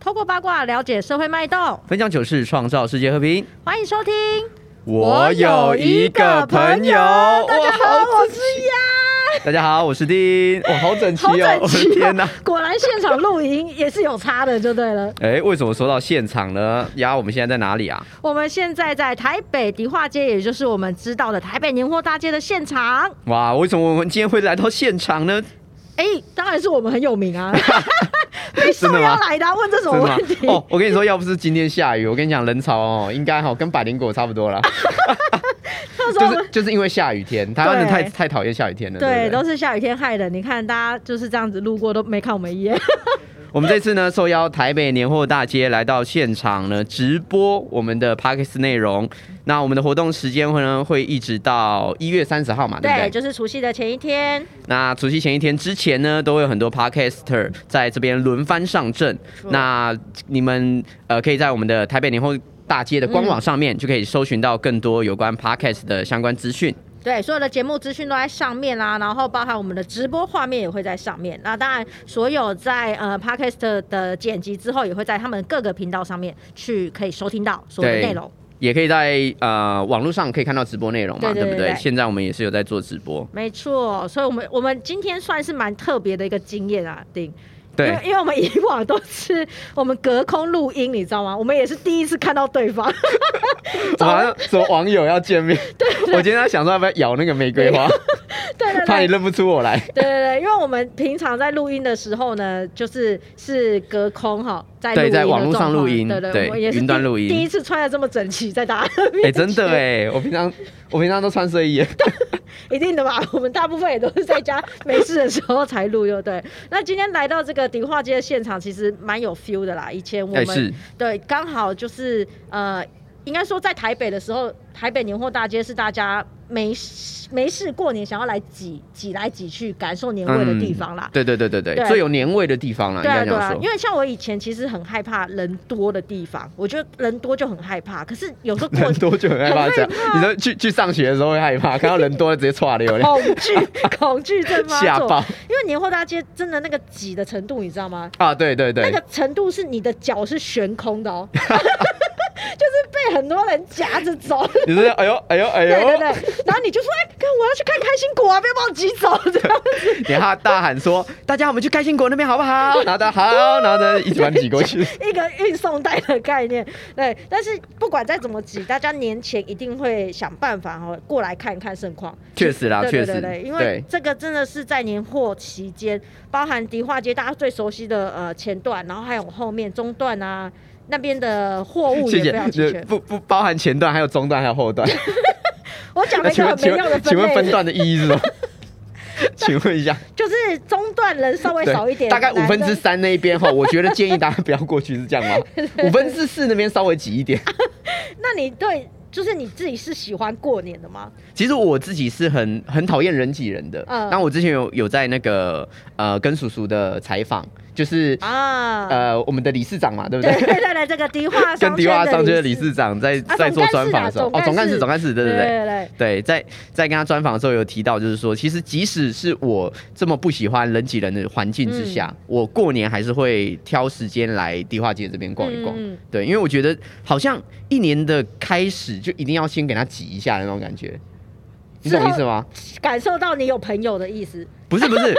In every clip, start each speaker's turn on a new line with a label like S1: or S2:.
S1: 透过八卦了解社会脉动。
S2: 分享糗事，创造世界和平。
S1: 欢迎收听。
S2: 我有一个朋友，
S1: 大家
S2: 哇
S1: 好，
S2: 好
S1: 我是呀，
S2: 大家好，我是丁。哇，好整齐
S1: 好
S2: 哦！
S1: 整
S2: 我
S1: 齐、
S2: 的天哪、
S1: 哦！果然现场录音也是有差的，就对了。
S2: 哎，为什么说到现场呢？呀，我们现在在哪里啊？
S1: 我们现在在台北迪化街，也就是我们知道的台北年货大街的现场。
S2: 哇，为什么我们今天会来到现场呢？
S1: 哎、当然是我们很有名 啊，被受
S2: 真的吗
S1: 邀来的啊、问这种
S2: 真的吗
S1: 问题？
S2: 哦，我跟你说，要不是今天下雨，我跟你讲人潮哦，应该哈、跟百灵果差不多 了，
S1: 那时
S2: 就
S1: 候
S2: 是就是因为下雨天，台湾人
S1: 对
S2: 太太讨厌下雨天了，对
S1: 对，
S2: 不对
S1: 都是下雨天害的。你看，大家就是这样子路过都没看我们一眼。
S2: 我们这次呢，受邀台北年货大街来到现场呢，直播我们的 p a c k e s 内容。那我们的活动时间会呢，会一直到一月三十号嘛，对不对？
S1: 就是除夕的前一天，
S2: 那除夕前一天之前呢，都会有很多 podcaster 在这边轮番上阵。那你们呃，可以在我们的台北年后大街的官网上面，就可以搜寻到更多有关 podcast 的相关资讯。
S1: 对，所有的节目资讯都在上面啦、然后包含我们的直播画面也会在上面。那当然，所有在呃 podcast 的剪辑之后，也会在他们各个频道上面去可以收听到所有的
S2: 对
S1: 内容。
S2: 也可以在呃网络上可以看到直播内容嘛，
S1: 对对
S2: 不
S1: 对
S2: 对？
S1: 对
S2: 现在我们也是有在做直播，
S1: 没错，所以我们我们今天算是蛮特别的一个经验啊，丁。因
S2: 对
S1: 为，因为我们以往都是我们隔空录音，你知道吗？我们也是第一次看到对 方，
S2: 我好像什么网友要 见面，对我今天在想说要不要咬那个玫瑰 花，
S1: 对对
S2: 怕你
S1: 对。
S2: 认不出我来。
S1: 对对对，因为我们平常在录音的时候呢，就是是隔空哈，在录
S2: 对
S1: 音的
S2: 在网络上
S1: 状况
S2: 录音
S1: 对对，
S2: 对
S1: 我们也是
S2: 云端
S1: 第
S2: 录音
S1: 第一次穿的这么整齐，在大家面
S2: 哎、真的
S1: 前，
S2: 哎，我平常我平常都穿睡衣，
S1: 一定的吧？我们大部分也都是在家没事的时候才录，就对。那今天来到这个迪化街的现场，其实蛮有 feel 的啦。以前我
S2: 哎、
S1: 们
S2: 是
S1: 对，刚好就是呃，应该说在台北的时候，台北年货大街是大家没事没事过年想要来挤挤来挤去感受年味
S2: 嗯
S1: 的地方啦。
S2: 对对对对对，
S1: 对
S2: 最有年味的地方啦，应
S1: 对啊，
S2: 该这
S1: 对
S2: 样
S1: 啊，
S2: 说
S1: 因。为像我以前其实很害怕人多的地方，我觉得人多就很害怕。可是有时 候过
S2: 人多就很害怕这样，你说去去上学的时候会害 怕，看到人多了直接窜流
S1: 恐惧 恐惧症发
S2: 吓
S1: 作，
S2: 爆
S1: 因为年货大街真的那个挤的程度，你知道吗？
S2: 啊！对对对，
S1: 那个程度是你的脚是悬空的哦， 就是被很多人夹着走。
S2: 你是哎呦哎呦哎
S1: 对对
S2: 呦，
S1: 对，然后你就说，哎、看我要去看开心果啊，不要把我挤走， 这样子，
S2: 你还大喊说大家我们去开心果那边好不好？然后大家好，然后呢一直把你挤过 去。
S1: 一个运送带的概念。对，但是不管再怎么挤，大家年前一定会想办法哦，过来看一看盛况。
S2: 啊确实啦，
S1: 对
S2: 确
S1: 对
S2: 实
S1: 对对，，因为
S2: 对
S1: 这个真的是在年货期间，包含迪化街大家最熟悉的呃前段，然后还有后面中段啊那边的货物
S2: 谢
S1: 也
S2: 谢
S1: 非常。齐
S2: 就
S1: 全。
S2: 不不包含前段，还有中段，还有后段。
S1: 我 讲
S2: 那
S1: 了一
S2: 请
S1: 个很没
S2: 问请
S1: 用的
S2: 问请问
S1: 分
S2: 分
S1: 类，
S2: 段的意义 是什么？请问一下，
S1: 就是中段人稍微
S2: 对
S1: 少一点，
S2: 大概五分
S1: 男的
S2: 之三那一 边哈，我觉得建议大家不要过去，是这样吗？五分之四那边稍微挤一点。
S1: 那你对，就是你自己是喜欢过年的吗？
S2: 其实我自己是很很讨厌人挤人的。
S1: 嗯
S2: 那我之前有有在那个呃跟叔叔的采访，就是、
S1: 啊，
S2: 呃我们的理事长嘛，对不
S1: 对
S2: 对？
S1: 对对对，这个迪化
S2: 跟
S1: 商
S2: 迪
S1: 圈
S2: 化
S1: 的
S2: 商圈的
S1: 理
S2: 理事长在、
S1: 啊
S2: 在做
S1: 总干
S2: 专
S1: 事
S2: 访
S1: 啊
S2: 的时候，
S1: 总
S2: 哦，总干
S1: 干事
S2: 事，总干事，对
S1: 对
S2: 对
S1: 对
S2: 对。
S1: 对，
S2: 对，在在跟他专访的时候有提到，就是说，其实即使是我这么不喜欢人挤人的环境之下，
S1: 嗯
S2: 我过年还是会挑时间来迪化街这边逛一逛。
S1: 嗯嗯
S2: 对，因为我觉得好像一年的开始就一定要先给他挤一下的那种感觉，你
S1: 啊
S2: 懂我意思吗？
S1: 感受到你有朋友的意思，
S2: 不是不 是，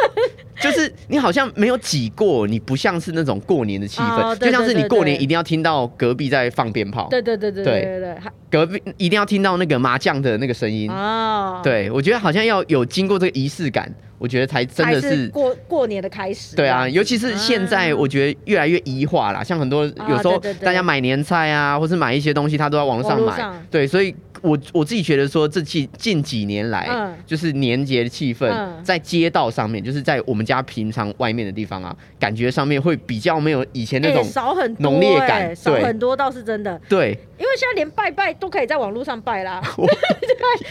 S2: 就是你好像没有挤过，你不像是那种过年的气氛，
S1: 哦对
S2: 就像是
S1: 对
S2: 你
S1: 对
S2: 过年
S1: 对
S2: 一定要听到隔壁在放鞭炮，
S1: 对对对对对
S2: 哦对
S1: 对对，还
S2: 隔壁一定要听到那个麻将的那个声音。
S1: 哦，，
S2: 对，我觉得好像要有经过这个仪式感，我觉得才真的
S1: 是
S2: 是。
S1: 过过年的开始，
S2: 对啊，尤其是现在，
S1: 啊
S2: 我觉得越来越移化啦。像很多
S1: 啊
S2: 有时候
S1: 对对对
S2: 大家买年菜啊，或是买一些东西，他都在网络上
S1: 网络
S2: 买。
S1: 上
S2: 对，所以我我自己觉得说，这近近几年来，
S1: 嗯
S2: 就是年节的气氛、
S1: 嗯
S2: 在街道上面，就是在我们家平常外面的地方啊，感觉上面会比较没有以前那
S1: 嗯哎
S2: 种、
S1: 少很多
S2: 浓烈
S1: 哎
S2: 感
S1: 少
S2: 对
S1: 很多倒是真的，
S2: 对
S1: 因为现在连拜拜都可以在网络上拜啦，
S2: 我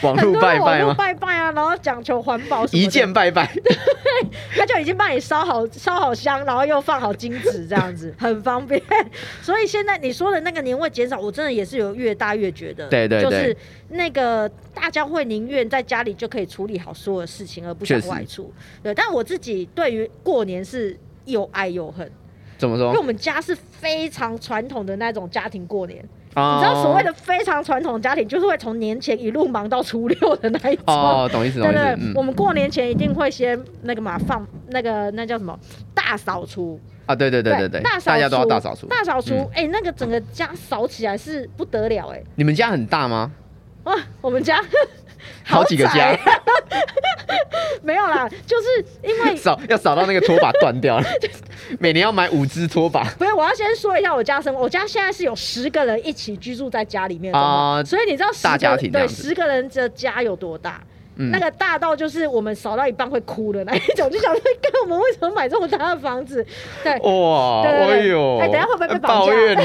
S2: 网
S1: 很
S2: 络
S1: 多
S2: 拜
S1: 人
S2: 拜
S1: 网络
S2: 吗？
S1: 拜拜啊，然后讲求环保什么的，
S2: 一键拜拜，
S1: 他就已经帮你烧好烧好香，然后又放好金纸，这样 子很方便。所以现在你说的那个年味减少，我真的也是有越大越觉得，
S2: 对对
S1: 就
S2: 对
S1: 是那个大家会宁愿在家里就可以处理好所有事情，而不想
S2: 确实
S1: 外出。对，但我自己对于过年是又爱又恨。
S2: 怎么
S1: 因为
S2: 说
S1: 我？们家是非常传统的那种家庭过年，
S2: 哦
S1: 你知道所谓的非常传统家庭，就是会从年前一路忙到初六的那一种。
S2: 哦，懂意思，懂
S1: 对
S2: 意思
S1: 对，，
S2: 嗯
S1: 我们过年前一定会先那个嘛放那个那叫什么大扫除，
S2: 啊，对对对对对，
S1: 大扫除，
S2: 大家都要大扫除。
S1: 大扫除
S2: 嗯，
S1: 哎、那个整个家扫起来是不得了、哎，
S2: 你们家很大吗？
S1: 哇，我们家
S2: 好几个
S1: 窄
S2: 家，
S1: 没有啦，就是因 为
S2: 扫要扫到那个拖把断 掉了，每年要买五只拖把。
S1: 不是，我要先说一下我家生活。我家现在是有十个人一起居住在家里面的
S2: 啊
S1: 所以你知道十个
S2: 大家庭这
S1: 对
S2: 样子
S1: 十个人的家有多大？
S2: 嗯
S1: 那个大到就是我们扫到一半会哭的那一种， 就想说，哥，我们为什么买这么大的房子？对，
S2: 哇，
S1: 对对对
S2: 哎呦，
S1: 哎等一下会不会被绑架
S2: 抱怨 呢？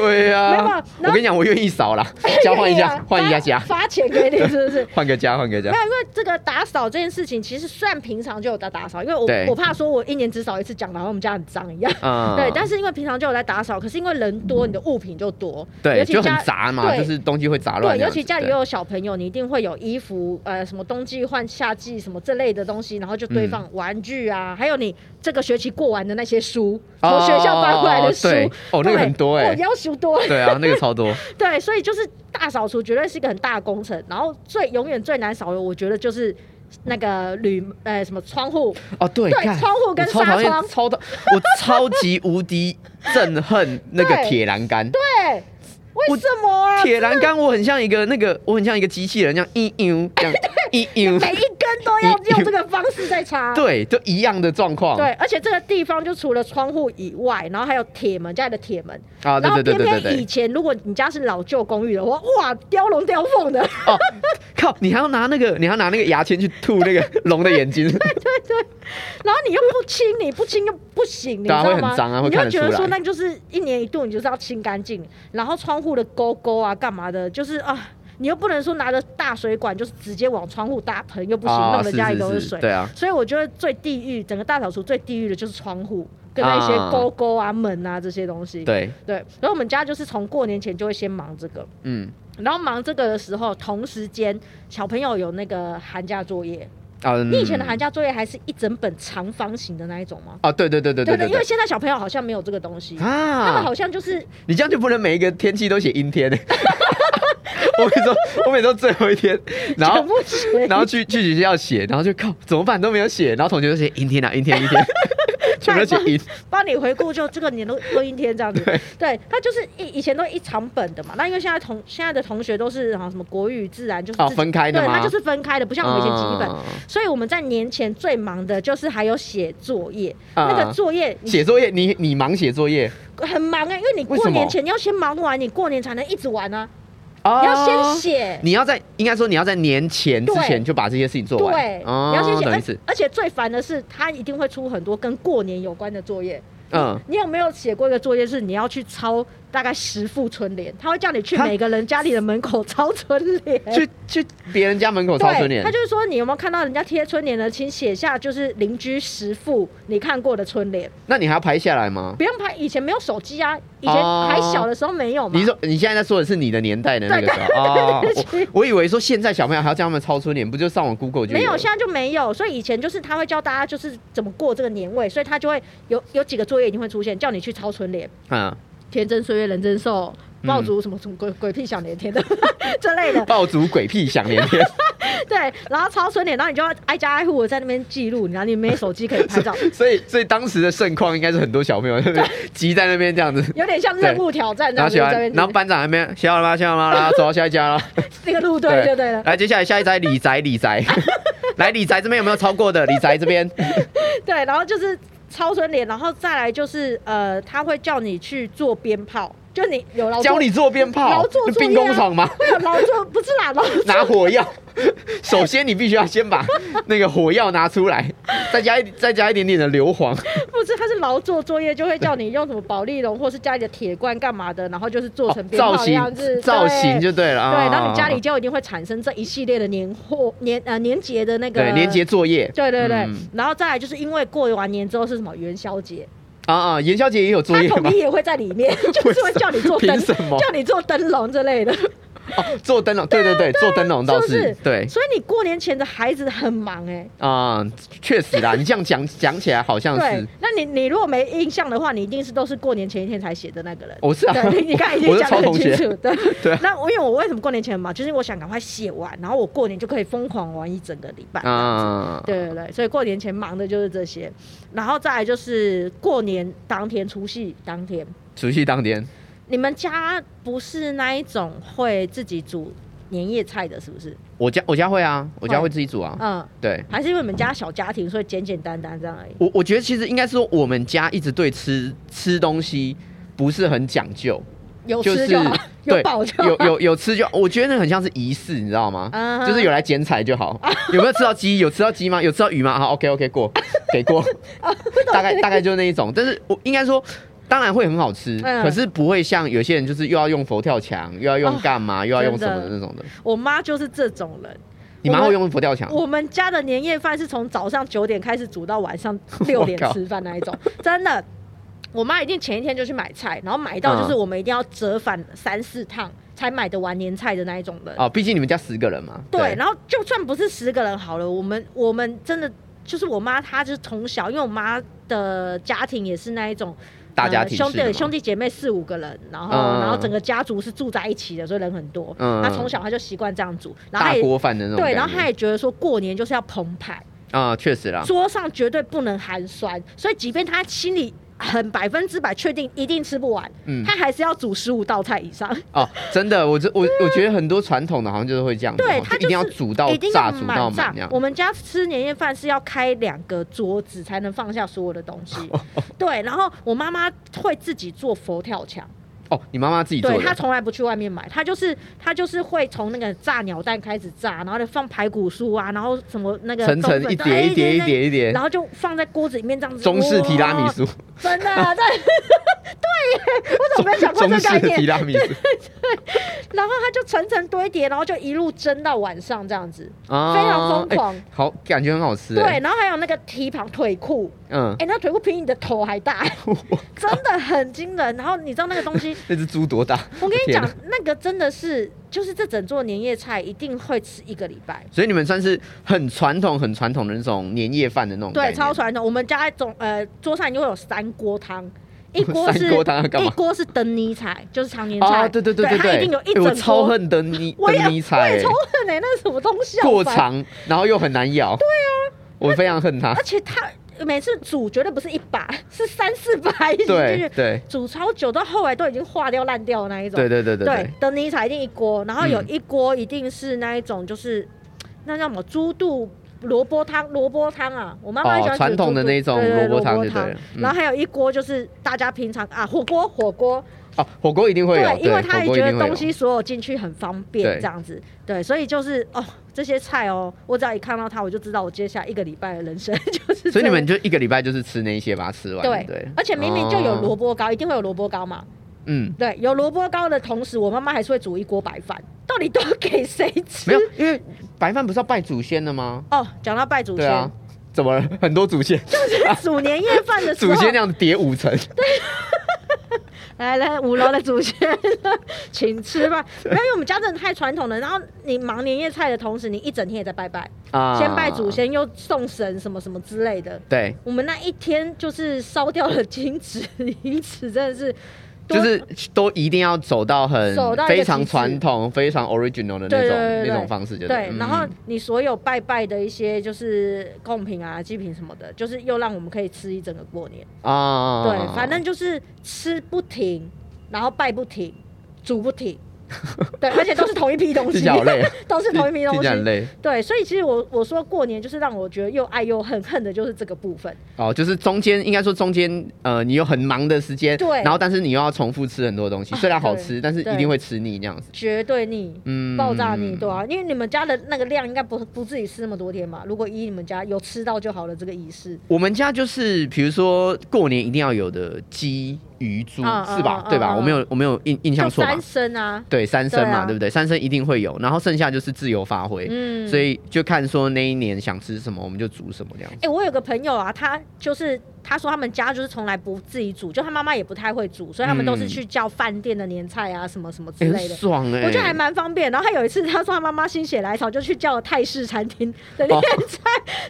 S1: 没有没有
S2: 呀，
S1: 然后
S2: 我跟你讲，我愿意扫 啦，交换一
S1: 可以
S2: 下
S1: 啊，
S2: 换一下家啊
S1: 发，发钱给你是不 是？
S2: 换个家，换个家
S1: 没。有，因为这个打扫这件事情，其实算平常就有在打扫，因为我
S2: 对
S1: 我怕说我一年只扫一次讲，然后我们家很脏一样。
S2: 嗯
S1: 对，但是因为平常就有在打扫，可是因为人多，你的物品就多，尤
S2: 对，
S1: 其
S2: 就
S1: 家
S2: 很杂嘛，
S1: 对
S2: 就是东西会杂乱
S1: 对，
S2: 这样
S1: 尤
S2: 子。
S1: 其家里
S2: 对
S1: 又有小朋友，你一定会有衣服，呃，什么冬季换夏季什么这类的东西，然后就
S2: 嗯
S1: 堆放玩具啊，还有你这个学期过完的那些书，从
S2: 哦
S1: 学校搬回来的书，
S2: 对哦那个很多欸
S1: 我要求多，
S2: 对啊，那个 超多。
S1: 对，所以就是大扫除绝对是一个很大的工程，然后最永远最难扫的，我觉得就是那个铝呃什么窗户，
S2: 哦，对，
S1: 对
S2: 干
S1: 窗户跟
S2: 我超讨厌
S1: 纱窗
S2: 超的，我超级无敌憎恨那个
S1: 对
S2: 铁栏杆。
S1: 对，为
S2: 我
S1: 什么啊？
S2: 铁栏杆，我很像一个那个，我很像一个机器人，这样一扭 这样一扭，
S1: 每一根都要
S2: 你
S1: 用这个方式在擦，
S2: 对，就一样的状况。
S1: 对，而且这个地方就除了窗户以外，然后还有铁门，家里的铁门。
S2: 啊，对
S1: 然后
S2: 对
S1: 偏
S2: 对对对
S1: 偏以
S2: 对。
S1: 前，如果你家是老旧公寓的话，哇，雕龙雕凤的，
S2: 哦，靠！你还要拿那个，你还要拿那个牙签去吐那个龙的眼睛。
S1: 然后你又不清理，不清又不行，你知
S2: 对啊
S1: 道
S2: 会
S1: 吗？
S2: 很脏啊会
S1: 你
S2: 看
S1: 就
S2: 得
S1: 觉得
S2: 出来
S1: 说，那就是一年一度，你就是要清干净。然后窗户的勾勾啊，干嘛的，就是啊。你又不能说拿着大水管就是直接往窗户大喷， 又不行，
S2: 啊
S1: 弄得家里都
S2: 是是
S1: 水。
S2: 对啊，
S1: 所以我觉得最地狱，整个大扫除最地狱的就是窗户跟那些
S2: 啊
S1: 勾勾啊、门啊这些东西。
S2: 对，
S1: 对，然后我们家就是从过年前就会先忙这个。
S2: 嗯，
S1: 然后忙这个的时候，同时间小朋友有那个寒假作业。
S2: 啊，
S1: 你以前的
S2: 嗯
S1: 寒假作业还是一整本长方形的那一种吗？
S2: 啊，对对对对对对
S1: 因为
S2: 对
S1: 现在小朋友好像没有这个东西，他们
S2: 啊
S1: 好，像就是
S2: 你这样就不能每一个天气都写阴天。 我每周我每周最后一天，然后
S1: 全部写
S2: 然后去去学校写，然后就靠怎么办都没有写，然后同学就写阴天啊阴天阴 天，全部都写阴。
S1: 帮你回顾，就这个年都都阴天这样子。
S2: 对
S1: 对，他就是以以前都一长本的嘛。那因为现在同现在的同学都是好像什么国语、自然，就是
S2: 哦
S1: 自己
S2: 分开的
S1: 对，
S2: 吗
S1: 他就是分开的，不像我们以前几本。
S2: 嗯
S1: 所以我们在年前最忙的就是还有写作业，
S2: 嗯
S1: 那个作业你
S2: 写作业，你你忙写作业，
S1: 很忙啊、因为你
S2: 为
S1: 过
S2: 什么
S1: 年前你要先忙完，你过年才能一直玩啊。
S2: 哦
S1: 你要先，写，
S2: 你要在应该说你要在年前之
S1: 对
S2: 前就把这些事情做完，
S1: 对，
S2: 哦
S1: 你要先写。呃
S2: 懂
S1: 而
S2: 意思，
S1: 而且最烦的是，他一定会出很多跟过年有关的作业。
S2: 嗯。
S1: 你有没有写过一个作业是你要去抄大概十副春联？他会叫你去
S2: 哈
S1: 每个人家里的门口抄春联。
S2: 去去别人家门口抄春
S1: 对，
S2: 联
S1: 他，就是说你有没有看到人家贴春联呢？请写下就是邻居十副你看过的春联，
S2: 那你还要拍下来吗？
S1: 不用拍。以前没有手机啊，以前
S2: 哦
S1: 还小的时候没有嘛。
S2: 你说你现在在说的是你的年代的那个时 候哦，我我以为说现在小朋友还要叫他们抄春联，不就上网 Google 就
S1: 没有，
S2: 了
S1: 现在就没有。所以以前就是他会教大家就是怎么过这个年味，所以他就会有有几个作业一定会出现，叫你去抄春联，
S2: 嗯，
S1: 天真岁月人真寿，爆竹什么什么鬼鬼屁响连天的 这类的，
S2: 爆竹鬼屁响连 天，
S1: 对。然后抄春联，然后你就要挨家挨户的在那边记录，然后你没手机可以拍 照，
S2: 所以所以当时的盛况应该是很多小朋友 集在那边这样子，
S1: 有点像任务挑战这
S2: 然
S1: 样
S2: 后
S1: 子
S2: 写
S1: 在那
S2: 完，
S1: 边
S2: 然后班长还没写好了吗？写好了吗？然后走到下一家了。
S1: 那个路队就对了。
S2: 来，接下来下一张李宅，李宅，来李宅这边有没有超过的？李宅这边，
S1: 对，然后就是超春联，然后再来就是呃，他会叫你去做鞭炮，就你有劳作
S2: 教你做鞭炮
S1: 劳作，作业啊
S2: 兵工厂吗？
S1: 会有劳作不是啦，劳作
S2: 拿火药，首先你必须要先把那个火药拿出 来，再加一再加一点点的硫磺，
S1: 不是，他是劳作作业，就会叫你用什么保利龙或是家里的铁罐干嘛的，然后就是做成鞭
S2: 哦造
S1: 炮的样
S2: 型
S1: 子，
S2: 造型
S1: 对。
S2: 就对了
S1: 对，
S2: 啊。
S1: 然后你家里就一定会产生这一系列的年货年呃年节的那个
S2: 对年节，作业
S1: 对对对
S2: 嗯，
S1: 然后再来就是因为过完年之后是什么元宵节，
S2: 啊啊，元宵节也有作
S1: 他
S2: 业
S1: 统
S2: 吗
S1: 一？也会在里面，就是会叫你做灯，
S2: 凭什么
S1: 叫你做灯笼之类的。
S2: 哦，做灯笼，对对对，做灯笼倒
S1: 是不是
S2: 是对
S1: 所以你过年前的孩子很忙哎、
S2: 啊，确实啦，你这样讲讲起来好像
S1: 对
S2: 是。，
S1: 那你你如果没印象的话，你一定是都是过年前一天才写的那个人。
S2: 我是啊，
S1: 对，你你刚才已
S2: 我
S1: 经
S2: 是
S1: 讲
S2: 超
S1: 的很
S2: 同
S1: 清
S2: 学，
S1: 楚，对。
S2: 对啊
S1: 那我因为我为什么过年前嘛，就是我想赶快写完，然后我过年就可以疯狂玩一整个礼拜。
S2: 啊，
S1: 对对对，所以过年前忙的就是这些，然后再来就是过年当天除夕当天，
S2: 除夕当天，
S1: 你们家不是那一种会自己煮年夜菜的，是不是？
S2: 我家我家会啊，我家
S1: 会
S2: 会自己煮啊，
S1: 嗯，
S2: 对。
S1: 还是因为你们家小家庭，所以简简单单这样而已。
S2: 我我觉得其实应该是说我们家一直对吃吃东西不是很讲究，
S1: 有
S2: 就
S1: 吃
S2: 是
S1: 就好， 有
S2: 对
S1: 饱就好。
S2: 有有有吃就，我觉得那很像是仪式，你知道吗
S1: 嗯哼
S2: 就是有来剪彩 就好。有没有吃到鸡？有吃到鸡吗？有吃到鱼吗？好，OK OK 过，给 过。
S1: 啊
S2: 大概大概就是那一种，但是我应该说。当然会很好吃，
S1: 嗯
S2: 可是不会像有些人就是又要用佛跳墙，又要用
S1: 哦
S2: 干嘛，又要用
S1: 真
S2: 什
S1: 的
S2: 么的那种的。
S1: 我妈就是这种人。
S2: 你妈会用佛跳墙？
S1: 我们家的年夜饭是从早上九点开始煮到晚 上六点吃饭那一种，真的。我妈一定前一天就去买菜，然后买到就是
S2: 嗯
S1: 我们一定要折返三四趟才买得完年菜的那一种人。
S2: 哦，毕竟你们家十个人嘛。
S1: 对，然后就算不是十个人好了，我们我们真的就是我妈，她就是从小，因为我妈的家庭也是那一种
S2: 大家
S1: 呃、
S2: 庭
S1: 兄
S2: 式的
S1: 弟
S2: 嘛
S1: 兄弟姐妹四五个人，然后、
S2: 嗯
S1: 然后整个家族是住在一起的，所以人很多。
S2: 嗯
S1: 她从小她就习惯这样煮，然后她
S2: 大
S1: 也
S2: 锅饭的那种感
S1: 对，
S2: 觉。
S1: 然后她也觉得说过年就是要澎湃，
S2: 啊，确实啦。
S1: 桌上绝对不能寒酸，所以即便她心里。很百分之百确定一定吃不完，
S2: 嗯
S1: 她还是要煮十五道菜以上，
S2: 哦，真的，我这我我觉得很多传统的好像就是会这样子哦，
S1: 啊对它
S2: 就一定要
S1: 就是
S2: 煮到
S1: 一定
S2: 炸，
S1: 要
S2: 煮到
S1: 满
S2: 满
S1: 胀
S2: 那样。
S1: 我们家吃年夜饭是要开两个桌子才能放下所有的东 西。对，然后我妈妈会自己做佛跳墙，
S2: 哦，你妈妈自己做
S1: 对她
S2: 的，
S1: 从来不去外面买，她就是她就是会从那个炸鸟蛋开始炸，然后就放排骨酥啊，然后什么那个
S2: 层层
S1: 冬粉
S2: 一
S1: 哎
S2: 叠一叠一
S1: 对
S2: 叠一叠
S1: 然，后就放在锅子里面这样子。
S2: 中式提拉米
S1: 哇，
S2: 苏，
S1: 真的啊 对对耶，我怎么没想过
S2: 中
S1: 这
S2: 式
S1: 概
S2: 的
S1: 念
S2: 提？拉米 苏
S1: 然后它就层层堆叠，然后就一路蒸到晚上这样子，
S2: 啊
S1: 非常疯
S2: 哎
S1: 狂。
S2: 好，感觉很好吃哎
S1: 对，，然后还有那个蹄膀腿裤，
S2: 嗯，
S1: 哎、那腿裤比你的头还大，真的很惊人。然后你知道那个东 西，
S2: 那只猪多大？
S1: 我跟你
S2: 天
S1: 讲
S2: 哪，
S1: 那个真的是，就是这整桌年夜菜一定会吃一个礼拜。
S2: 所以你们算是很传统、很传统的那种年夜饭的那种概
S1: 对，
S2: 念，
S1: 超传统。我们家总呃桌上就会有三锅 汤，一锅
S2: 三
S1: 是
S2: 锅汤要干嘛
S1: 一锅是灯泥菜，就是常年菜。
S2: 啊，对对对
S1: 对，它
S2: 对，
S1: 一定有一
S2: 哎
S1: 整锅。
S2: 我超恨灯泥
S1: 我也
S2: 灯泥菜，
S1: 我也
S2: 哎
S1: 超恨哎、那是什么东西啊？
S2: 过
S1: 好烦。
S2: 长，然后又很难咬，对啊， 我非常恨它
S1: 而，且它每次煮绝对不是一把， 是三四把一起进
S2: 对
S1: 去。
S2: 对
S1: 煮超久，到后来都已经化掉、烂掉的那一种。
S2: 对对对对
S1: 对
S2: 对，
S1: 等你才一定一锅，然后有
S2: 嗯
S1: 一锅一定是那一种，就是、那叫什么猪肚萝卜汤，萝卜汤啊，我妈妈很喜欢
S2: 哦，传
S1: 煮
S2: 统的
S1: 猪肚
S2: 那种
S1: 对对
S2: 萝
S1: 对
S2: 卜
S1: 萝
S2: 汤
S1: 卜
S2: 就对
S1: 汤
S2: 了。嗯
S1: 然后还有一锅就是大家平常啊火锅火锅，
S2: 哦，火锅一定会有，
S1: 因为她
S2: 火
S1: 也
S2: 锅
S1: 觉
S2: 一
S1: 得
S2: 定会
S1: 东
S2: 有。
S1: 西所有进去很方便
S2: 对
S1: 这样子，对，所以就是哦这些菜哦，我只要一看到它，我就知道我接下来一个礼拜的人生就是
S2: 所以
S1: 这
S2: 你
S1: 样
S2: 们就一个礼拜就是吃那一些把它吃完，
S1: 对
S2: 对，
S1: 而且明明就有萝
S2: 哦，
S1: 卜糕，一定会有萝卜糕嘛。
S2: 嗯，
S1: 对，有萝卜糕的同时，我妈妈还是会煮一锅白饭，到底都给谁吃？
S2: 没有，因为白饭不是要拜祖先的吗？
S1: 哦，讲到拜祖
S2: 对
S1: 先，
S2: 啊，怎么了？很多祖先，
S1: 煮年夜饭的时
S2: 祖
S1: 候，
S2: 先那样叠五层，
S1: 来来五楼的祖先， 请吃 吧。没有，因为我们家真的太传统了。然后你忙年夜菜的同时，你一整天也在拜拜，
S2: 啊
S1: 先拜祖，先，又送神什么什么之类的。
S2: 对，
S1: 我们那一天就是烧掉了金纸、 银纸，真的是多
S2: 就是都一定要走到很
S1: 走到一个极致
S2: 非常传统、非常 original 的那
S1: 对对对
S2: 种
S1: 对
S2: 那种方式，就
S1: 对，然后
S2: 嗯
S1: 你所有拜拜的一些就是贡品啊、祭品什么的，就是又让我们可以吃一整个过年。
S2: 啊，
S1: 对，反正就是吃不停，然后拜不停，煮不 停。对，而且都是同一批东西
S2: 听起来好累啊，
S1: 都是同一批
S2: 听
S1: 东
S2: 起来很
S1: 西。
S2: 累
S1: 对，所以其实我我说过年就是让我觉得又爱又恨，恨的就是这个部分。
S2: 哦，就是中间应该说中间呃，你有很忙的时间，
S1: 对啊
S2: 然后但是你又要重复吃很多东西，虽然好吃，
S1: 对
S2: 但是一
S1: 对
S2: 定会吃腻那样子，
S1: 绝对腻，
S2: 嗯
S1: 爆炸腻，对啊，因为你们家的那个量应该不不至于吃那么多天嘛。如果依你们家有吃到就好了，这个仪式，
S2: 我们家就是，比如说过年一定要有的鸡、鱼、猪，
S1: 嗯嗯
S2: 是吧？
S1: 嗯
S2: 对吧？
S1: 嗯
S2: 我没有，我没有印印
S1: 就
S2: 象错吧
S1: 三？生啊，
S2: 对，三生
S1: 对
S2: 嘛，
S1: 啊
S2: 对不对？三生一定会有，然后剩下就是自由发挥，
S1: 嗯
S2: 所以就看说那一年想吃什么，我们就煮什么这样子。
S1: 哎、我有个朋友啊，他就是他说他们家就是从来不自己煮，就他妈妈也不太会煮，所以他们都是
S2: 嗯
S1: 去叫饭店的年菜啊什么什么之
S2: 哎
S1: 类
S2: 很
S1: 的。
S2: 爽哎、
S1: 我觉得还蛮方便。然后他有一次，他说他妈妈心血来潮，就去叫了泰式餐厅的
S2: 哦
S1: 年菜，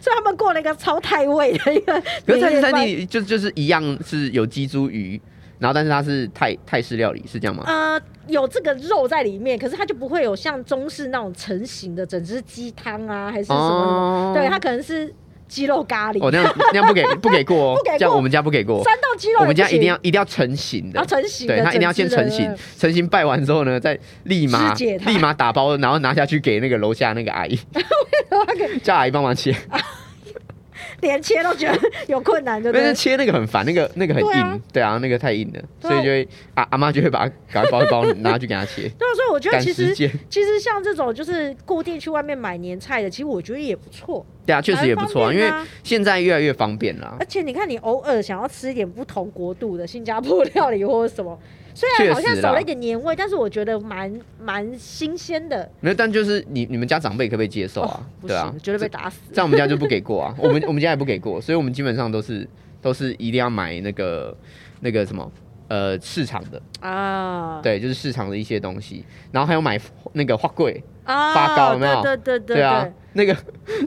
S1: 所以他们过了一个超泰味的一个
S2: 可
S1: 年
S2: 是
S1: 夜
S2: 泰式
S1: 饭。
S2: 餐厅就就是一样是有鸡猪鱼，然后但是它是泰泰式料理是这样吗？
S1: 呃，有这个肉在里面，可是它就不会有像中式那种成型的，整只鸡汤啊，还是什么什么
S2: 哦
S1: 对，它可能是鸡肉咖喱，
S2: 哦，那样那 样不给不给过哦
S1: 不给，过
S2: 这样我们家不给过，
S1: 三道鸡肉也不行，
S2: 我们家一定要一定要成型的
S1: 要，成型的，
S2: 对，它一定要
S1: 整
S2: 先
S1: 只的
S2: 成型，成型拜完之后呢，再立马
S1: 肢解它
S2: 立马打包，然后拿下去给那个楼下那 个阿姨，叫阿姨帮忙切，
S1: 连切都觉得有困难，对不
S2: 但是
S1: 对？
S2: 切那个很烦，那个那个很
S1: 对啊
S2: 硬，对啊，那个太硬了，
S1: 对啊
S2: 所以就会阿阿妈就会把它赶快包一包 拿去给她切，
S1: 对啊，所以我觉得
S2: 赶
S1: 其
S2: 时
S1: 实
S2: 间，
S1: 其实像这种就是固定去外面买年菜的，其实我觉得也不错，
S2: 对啊，确实也不错啊，
S1: 蛮方
S2: 因
S1: 便
S2: 为
S1: 的啊
S2: 现在越来越方便啦
S1: 而，且你看，你偶尔想要吃一点不同国度的新加坡料理或者什么，虽
S2: 确
S1: 然好像
S2: 实啦
S1: 少了一点年味，但是我觉得蛮蛮新鲜的。
S2: 没有，但就是你你们家长辈可不可以接受
S1: 哦
S2: 啊？
S1: 不
S2: 对
S1: 行，
S2: 啊，
S1: 绝对被打死。
S2: 在我们家就不给过啊，我们我们家也不给过，所以我们基本上都是都是一定要买那个那个什么呃市场的，
S1: 啊，
S2: 对，就是市场的一些东西，然后还有买那个花柜，
S1: 啊，
S2: 发糕有没有
S1: 对对对
S2: 对啊，那个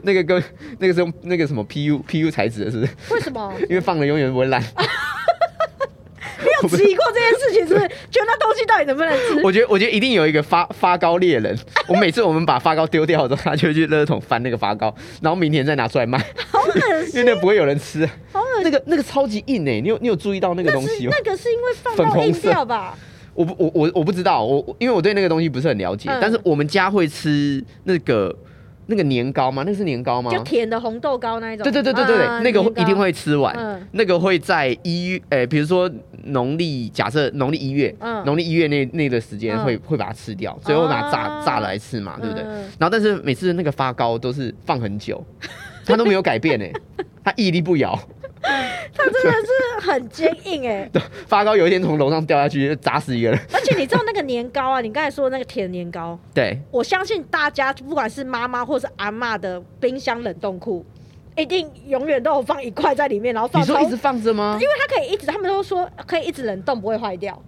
S2: 那个跟那个是用那个什么 PU PU 材质的，是不是？
S1: 对 为什么？
S2: 因为放了永远不会 烂。
S1: 你有质疑过这件事情，是不是？ 觉得那东西到底能不能吃？
S2: 我觉得我觉得一定有一个发发糕猎人，我每次我们把发糕丢掉之后，他就会去垃圾桶翻那个发糕，然后明天再拿出来卖，
S1: 好恶
S2: 因为
S1: 心，
S2: 那不会有人吃。啊
S1: 好恶
S2: 那
S1: 心。
S2: 个那个超级硬欸诶、你有你有注意到那个
S1: 那
S2: 东
S1: 是
S2: 西吗？
S1: 那个是因为放
S2: 粉
S1: 到
S2: 红
S1: 硬
S2: 色
S1: 掉吧？
S2: 我不我我我不知道，我我因为我对那个东西不是很了解，
S1: 嗯
S2: 但是我们家会吃那个那个年糕吗？那是年糕吗？
S1: 就甜的红豆糕那一种。
S2: 对对对对对，
S1: 啊
S2: 那个会
S1: 年糕
S2: 一定会吃完，
S1: 嗯
S2: 那个会在一月，呃，比如说农历假设农历一月，
S1: 嗯
S2: 农历一月那那个时间
S1: 嗯
S2: 会、会把它吃掉，最后会把它炸、
S1: 啊
S2: 炸来吃嘛，对不对？
S1: 嗯
S2: 然后但是每次那个发糕都是放很久，它都没有改变哎，它屹立不摇，
S1: 它真的是很坚硬哎、
S2: 发糕有一天从楼上掉下去就砸死一个人，
S1: 而且你知道那个年糕啊，你刚才说的那个甜年糕，
S2: 对，
S1: 我相信大家不管是妈妈或是阿嬷的冰箱冷冻库，一定永远都有放一块在里面，然后
S2: 你
S1: 放超，
S2: 说一直
S1: 因
S2: 放着吗？
S1: 为它可以一直，他们都说可以一直冷冻不会坏掉。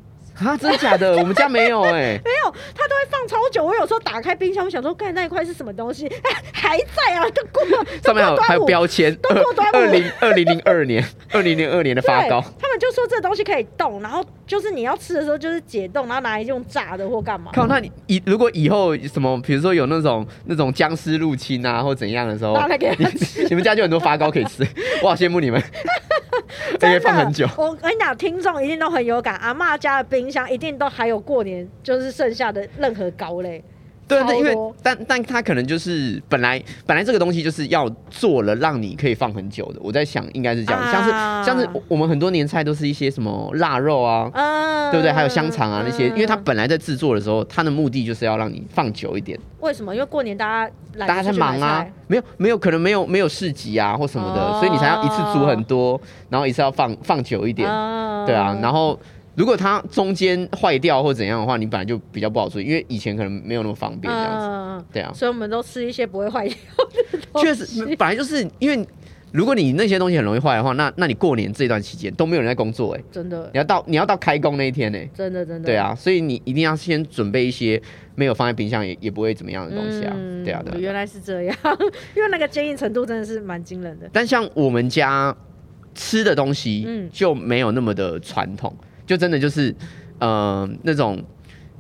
S2: 啊，真的假的？ 我们家没有哎、
S1: 没有，它都会放超久。我有时候打开冰箱，我想说，看那一块是什么东西， 还在啊，都过了，
S2: 上面还有还有标签，
S1: 都过端午
S2: 二零二零零二年，二零零二年的发糕
S1: 对，，他们就说这东西可以冻，然后就是你要吃的时候就是解冻，然后拿来用炸的或干 嘛。
S2: 靠，那你以如果以后什么，比如说有那种那种僵尸入侵啊，或怎样的时候
S1: 拿来给他吃，
S2: 你们家就很多发糕可 以吃，我好羡慕你们，而且放很久。
S1: 我跟你讲，听众一定都很有感，阿嬷家的冰箱一定都还有过年就是剩下的任何糕类。
S2: 对啊
S1: 超
S2: 对，因为
S1: 多
S2: 但但它可能就是本来本来这个东西就是要做了让你可以放很久的，我在想应该是这样，像是
S1: 啊
S2: 像是我我们很多年菜都是一些什么腊肉啊，
S1: 嗯，
S2: 对不对？还有香肠啊那些，因为它
S1: 嗯
S2: 本来在制作的时候，它的目的就是要让你放久一点。
S1: 为什么？因为过年大家懒
S2: 大家
S1: 得
S2: 在
S1: 出去买
S2: 忙
S1: 菜
S2: 啊，没有没有可能没有没有市集啊或什么的，
S1: 哦
S2: 所以你才要一次煮很多，然后一次要放放久一点，
S1: 嗯
S2: 对啊。然后如果它中间坏掉或怎样的话，你本来就比较不好处理，因为以前可能没有那么方便这样子，
S1: 嗯哦
S2: 对啊。
S1: 所以我们都吃一些不会坏 掉的东西
S2: 确实，本来就是因为如果你那些东西很容易坏的话，那那你过年这段期间都没有人在工作哎、
S1: 真的
S2: 你要到你要到开工那一天呢、
S1: 真的真的
S2: 对，啊，所以你一定要先准备一些没有放在冰箱也也不会怎么样的东西啊，
S1: 嗯
S2: 对啊对啊。
S1: 原来是这样， 因为那个坚硬程度真的是蛮惊人的。
S2: 但像我们家吃的东西
S1: 嗯，
S2: 就没有那么的传统，就真的就是，呃，那种，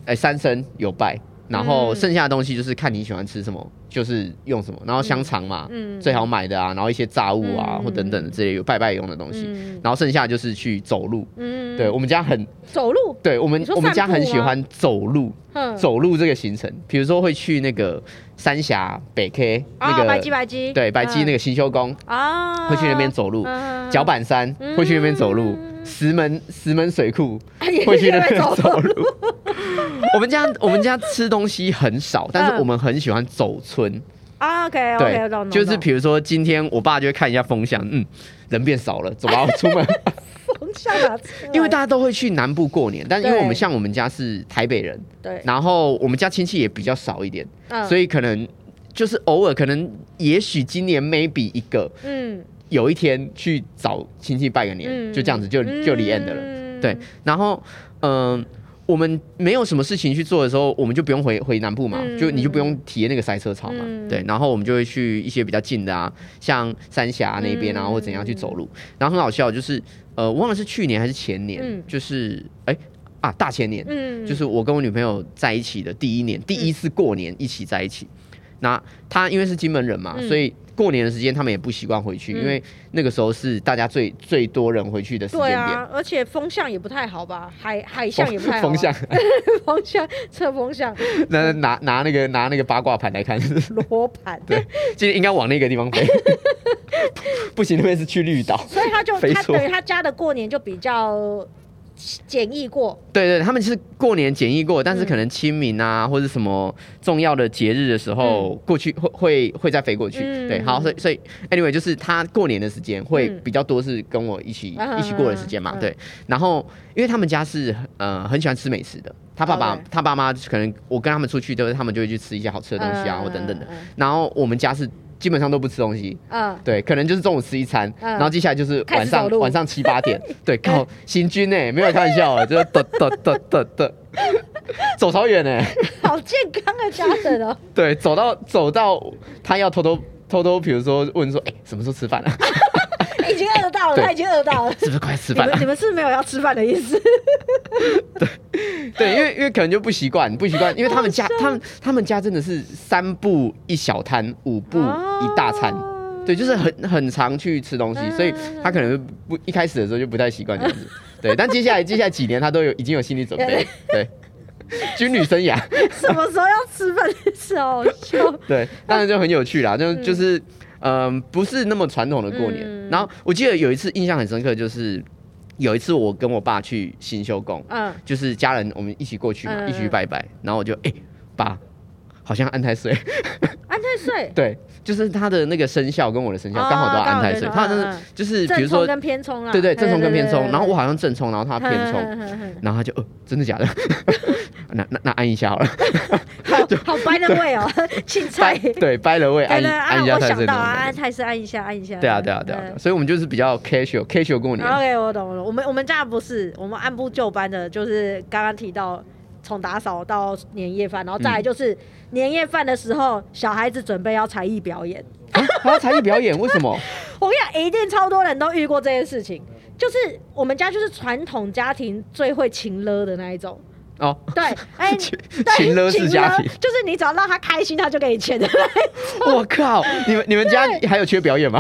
S2: 哎、三生有拜，然后
S1: 嗯
S2: 剩下的东西就是看你喜欢吃什么，就是用什么，然后香肠嘛，
S1: 嗯
S2: 最好买的啊，然后一些炸物啊、
S1: 嗯
S2: 或等等的这类有拜拜用的东西，
S1: 嗯
S2: 然后剩下就是去走路。
S1: 嗯，
S2: 对我们家很，
S1: 走路，
S2: 对我们
S1: 你说
S2: 我们家
S1: 散步啊
S2: 很
S1: 吗
S2: 喜欢走路，
S1: 嗯，
S2: 走路这个行程，比如说会去那个三峡北 K 那
S1: 啊，
S2: 个
S1: 白鸡白鸡，
S2: 对白鸡那
S1: 个
S2: 个新修宫，
S1: 啊，
S2: 会去那边走路，
S1: 嗯
S2: 脚板山
S1: 嗯
S2: 会去那边走路，石门石门水库
S1: 啊会
S2: 会去那边走
S1: 路。
S2: 路。 我们家我们家吃东西很少，但是
S1: 嗯
S2: 我们很喜欢走村，
S1: 啊，OK
S2: 对
S1: OK，懂懂，
S2: 就是
S1: 懂
S2: 比如说今天我爸就会看一下风向，嗯，人变少了，走吧，我出门。
S1: 嗯风向啊，
S2: 因为大家都会去南部过年，但是因为
S1: 对
S2: 我们像我们家是台北人，
S1: 对，
S2: 然后我们家亲戚也比较少一点，
S1: 嗯
S2: 所以可能就是偶尔可能也许今年 maybe 一个，
S1: 嗯，
S2: 有一天去找亲戚拜个年，
S1: 嗯
S2: 就这样子就就离 end 了。
S1: 了
S2: 对，然后嗯、我们没有什么事情去做的时候，我们就不用回回南部嘛，
S1: 嗯
S2: 就你就不用体验那个塞车场嘛，
S1: 嗯
S2: 对。然后我们就会去一些比较近的啊，像三峡那边啊，
S1: 嗯
S2: 或怎样去走路。然后很好笑，就是呃，忘了是去年还是前年，
S1: 嗯
S2: 就是哎啊大前年，
S1: 嗯，
S2: 就是我跟我女朋友在一起的第一年，第一次过年一起在一起。那她因为是金门人嘛，
S1: 嗯
S2: 所以过年的时间他们也不习惯回去，
S1: 嗯
S2: 因为那个时候是大家最最多人回去的时间
S1: 对
S2: 点。
S1: 啊，而且风向也不太好吧，海海
S2: 风
S1: 象也不太好、啊
S2: 风向，，
S1: 风向侧风向
S2: 那拿拿那个拿那个八卦盘来看，
S1: 罗盘，
S2: 对，其实应该往那个地方飞。 不行，那边是去绿岛。
S1: 所以他就
S2: 飞
S1: 他
S2: 错
S1: 等于他家的过年就比较简易过，
S2: 对对，他们是过年检疫过，但是
S1: 嗯
S2: 可能清明啊、或者什么重要的节日的时候、过去会会会再飞过去。
S1: 嗯
S2: 对，好，所以所以 anyway 就是他过年的时间会
S1: 嗯
S2: 比较多是跟我一起、
S1: 啊
S2: 一起过的时间嘛。
S1: 嗯
S2: 对，然后因为他们家是呃很喜欢吃美食的，他爸爸
S1: OK
S2: 他爸妈可能我跟他们出去都是他们就会去吃一些好吃的东西啊、
S1: 嗯
S2: 或等等的
S1: 嗯嗯。
S2: 然后我们家是基本上都不吃东西，
S1: 嗯，
S2: 对，可能就是中午吃一餐，
S1: 嗯
S2: 然后接下来就是
S1: 开始
S2: 晚上
S1: 走路
S2: 晚上七 八点，对，靠行军呢、没有开玩笑啊，就是得得得得得，走超远呢、欸
S1: 好健康的家人 哦，
S2: 对，走到走到他要偷偷偷偷，比如说问说，哎、什么时候吃饭啊？
S1: 已经饿到了，
S2: 对。
S1: 他已经饿到了
S2: 是不是快吃
S1: 你
S2: 饭啊
S1: 们
S2: 了、
S1: 你们是没有要吃饭的意思，
S2: 对，因为因为可能就不习惯，不习惯，因为他们家他们他们家真的是三步一小摊，五步一大餐。
S1: 哦
S2: 对，就是很很常去吃东西，所以
S1: 嗯
S2: 他可能不一开始的时候就不太习惯这样子。对，但接下来接下来几年他都有已经有心理准备了，对，军旅生涯，
S1: 什么时候要吃饭的时候 就
S2: 对，当然就很有趣啦，就就是嗯、不是那么传统的过年。
S1: 嗯
S2: 然后我记得有一次印象很深刻，就是有一次我跟我爸去新修宫，
S1: 嗯，
S2: 就是家人我们一起过去嘛，
S1: 嗯
S2: 一起去拜拜，然后我就哎、爸，好像安太岁。
S1: 安太岁
S2: 对，就是他的那个生肖跟我的生肖
S1: 哦
S2: 刚好都要
S1: 刚
S2: 安
S1: 好
S2: 太
S1: 对
S2: 岁，
S1: 头
S2: 他
S1: 嗯
S2: 就是
S1: 嗯
S2: 就是比
S1: 正
S2: 如说
S1: 冲跟偏冲啦，
S2: 对对，正冲跟偏冲，然后我
S1: 好
S2: 好像正冲，然后他偏
S1: 嗯
S2: 冲，
S1: 冲，
S2: 然后他就呃，真的假 的？那那那按一 下好了，
S1: 好好 by the way 哦， 青菜，
S2: 掰 对掰了位按
S1: 对
S2: 一
S1: 对
S2: 按
S1: 啊，
S2: 一下
S1: 我
S2: 才是
S1: 想
S2: 那
S1: 到
S2: 种
S1: 啊，嗯
S2: 感
S1: 安
S2: 觉。
S1: 太岁按一下按一下，
S2: 对啊对啊对啊，对啊所以我们就是比较 casual casual 过
S1: 嗯
S2: 年，
S1: OK，我懂了，我们我们家不是，我们按部就班的，就是刚刚提到从打扫到年夜饭，然后再来就是年夜饭的时候，小孩子准备要才艺表演，
S2: 啊还要才艺表演，为什么？
S1: 我跟你讲，一定超多人都遇过这件事情，就是我们家就是传统家庭最会情勒的那一种。
S2: 哦，
S1: 对，哎、
S2: 情
S1: 对，
S2: 情勒式家庭
S1: 情勒就是你只要让他开心，他就给你钱的那一种。
S2: 我靠，你们你们家还有缺 表演吗？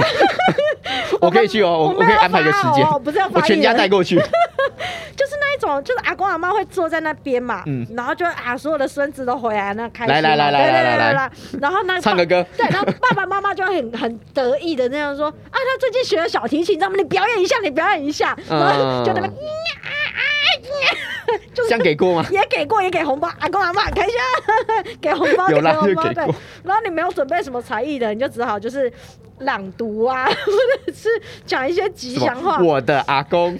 S2: 我可以去哦，我
S1: 我
S2: 我
S1: 没有
S2: 可以安排个时
S1: 发哦
S2: 间
S1: 我不是要，发
S2: 我全家
S1: 言
S2: 带过去。
S1: 就是那一种，就是阿公阿妈会坐在那边嘛，
S2: 嗯
S1: 然后就啊，所有的孙子都回来，那开心嘛，
S2: 来来来来
S1: 对
S2: 来
S1: 对对
S2: 来
S1: 对
S2: 来
S1: 对然后那
S2: 唱个歌
S1: 对，然后爸爸妈妈就很很得意的那样说，啊，他最近学了小提琴，让我们你表演一下，你表演一下，然后就那边
S2: 嗯
S1: 嗯啊啊啊，就
S2: 这
S1: 是
S2: 样给过吗？
S1: 也给过，也给红包，阿公阿妈开心啊，给红包，
S2: 有啦
S1: 给红包，
S2: 就给
S1: 对
S2: 过。
S1: 然后你没有准备什么才艺的，你就只好就是朗读啊，或者是讲一些 吉
S2: 什么
S1: 祥话，
S2: 我的阿公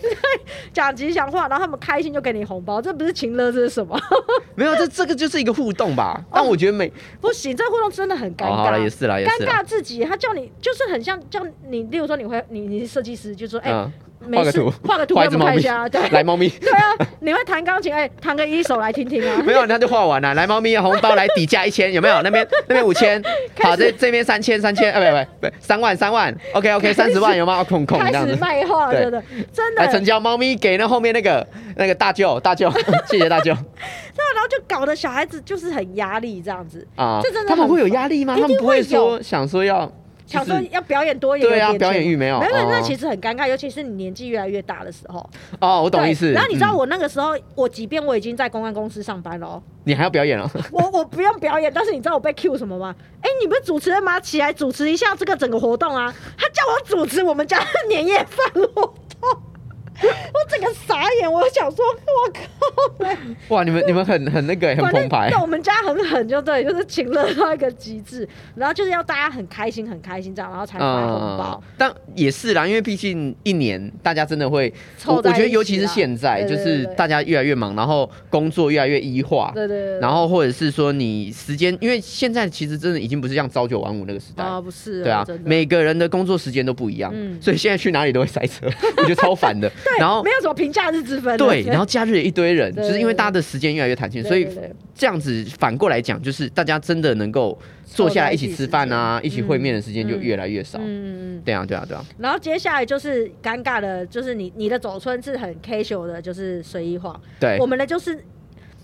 S1: 讲吉祥话，然后他们开心就给你红包，这不是情乐，这是什么？
S2: 没有，这这个就是一个互动吧。但我觉得每
S1: 不行，这互动真的很哦尴
S2: 哦
S1: 尬。
S2: 好了也是啦也是
S1: 尴
S2: 啦
S1: 尬自己，他叫你就是很像叫你，例如说你会你你是设计师，就说哎
S2: 嗯，
S1: 没事
S2: 图，
S1: 画个图
S2: 画
S1: 让我
S2: 一只
S1: 们
S2: 猫
S1: 看一
S2: 咪
S1: 下啊，对，，
S2: 来猫咪
S1: 对啊，你会弹钢琴，哎，弹个一首来听听啊。
S2: 没有，那就画完了。来，猫咪红包来底价一千，有没有？那边 那边五千，好，这这边三千三千，哎，不不不，三万三万，OK OK，三十万有吗？ 哦空空
S1: 开
S2: 这样
S1: 始
S2: 子。
S1: 卖画，
S2: 对
S1: 真的，真的
S2: 来，成交，猫咪给那后面那个那个大舅 大舅，谢谢大舅
S1: 那然后就搞得小孩子就是很压力这样子，
S2: 啊
S1: 这真的。
S2: 他们
S1: 很
S2: 会有压力吗？
S1: 一定
S2: 他们不会
S1: 会有
S2: 说想说要，
S1: 想
S2: 就
S1: 说
S2: 是
S1: 要表演多一点
S2: 对
S1: 点
S2: 啊
S1: 钱，
S2: 表演欲没有
S1: 没有，
S2: 哦
S1: 那其实很尴尬，尤其是你年纪越来越大的时候，
S2: 哦，我懂意思。
S1: 对然后你知道
S2: 嗯
S1: 我那个时候，我即便我已经在公安公司上班了哦，
S2: 你还要表演了？
S1: 我我不用表演，但是你知道我被 Q 什么吗？哎，你们主持人嘛，起来主持一下这个整个活动啊！他叫我主持我们 家的年夜饭活动，我整个傻眼，我想说，我靠，
S2: 哇，你们你们很很那个很
S1: 反
S2: 澎
S1: 正
S2: 湃
S1: 对，我们家很狠，就对，就是请乐到一个极致，然后就是要大家很开心，很开心这样，然后才发红包
S2: 嗯，，但也是啦，因为毕竟一年大家真的会，我
S1: 凑
S2: 我
S1: 在
S2: 觉得
S1: 一
S2: 尤
S1: 起
S2: 其是
S1: 啦
S2: 现在，
S1: 对对
S2: 就是
S1: 对
S2: 大家越来越忙，然后工作越来越一化，
S1: 对对对，
S2: 然后或者是说你时间，因为现在其实真的已经不是像朝九晚五那个时代。
S1: 啊不是哦，
S2: 对啊
S1: 真，的
S2: 每个人的工作时间都不一样，
S1: 嗯
S2: 所以现在去哪里都会塞车，我觉得 超烦的。然后
S1: 没有什么平假日之分的，
S2: 啊对，然后假日也一堆人，
S1: 对
S2: 就是因为
S1: 对
S2: 大家的时间越来越弹性，
S1: 对
S2: 所以
S1: 对对
S2: 这样子反过来讲，就是大家真的能够坐下来一起吃饭啊，一起会面的时间就越来越少。
S1: 嗯嗯嗯嗯，
S2: 对啊，对啊，对啊，
S1: 然后接下来就是尴尬的，就是你你的走村是很 casual 的，就是随意晃，
S2: 对
S1: 我，们的就是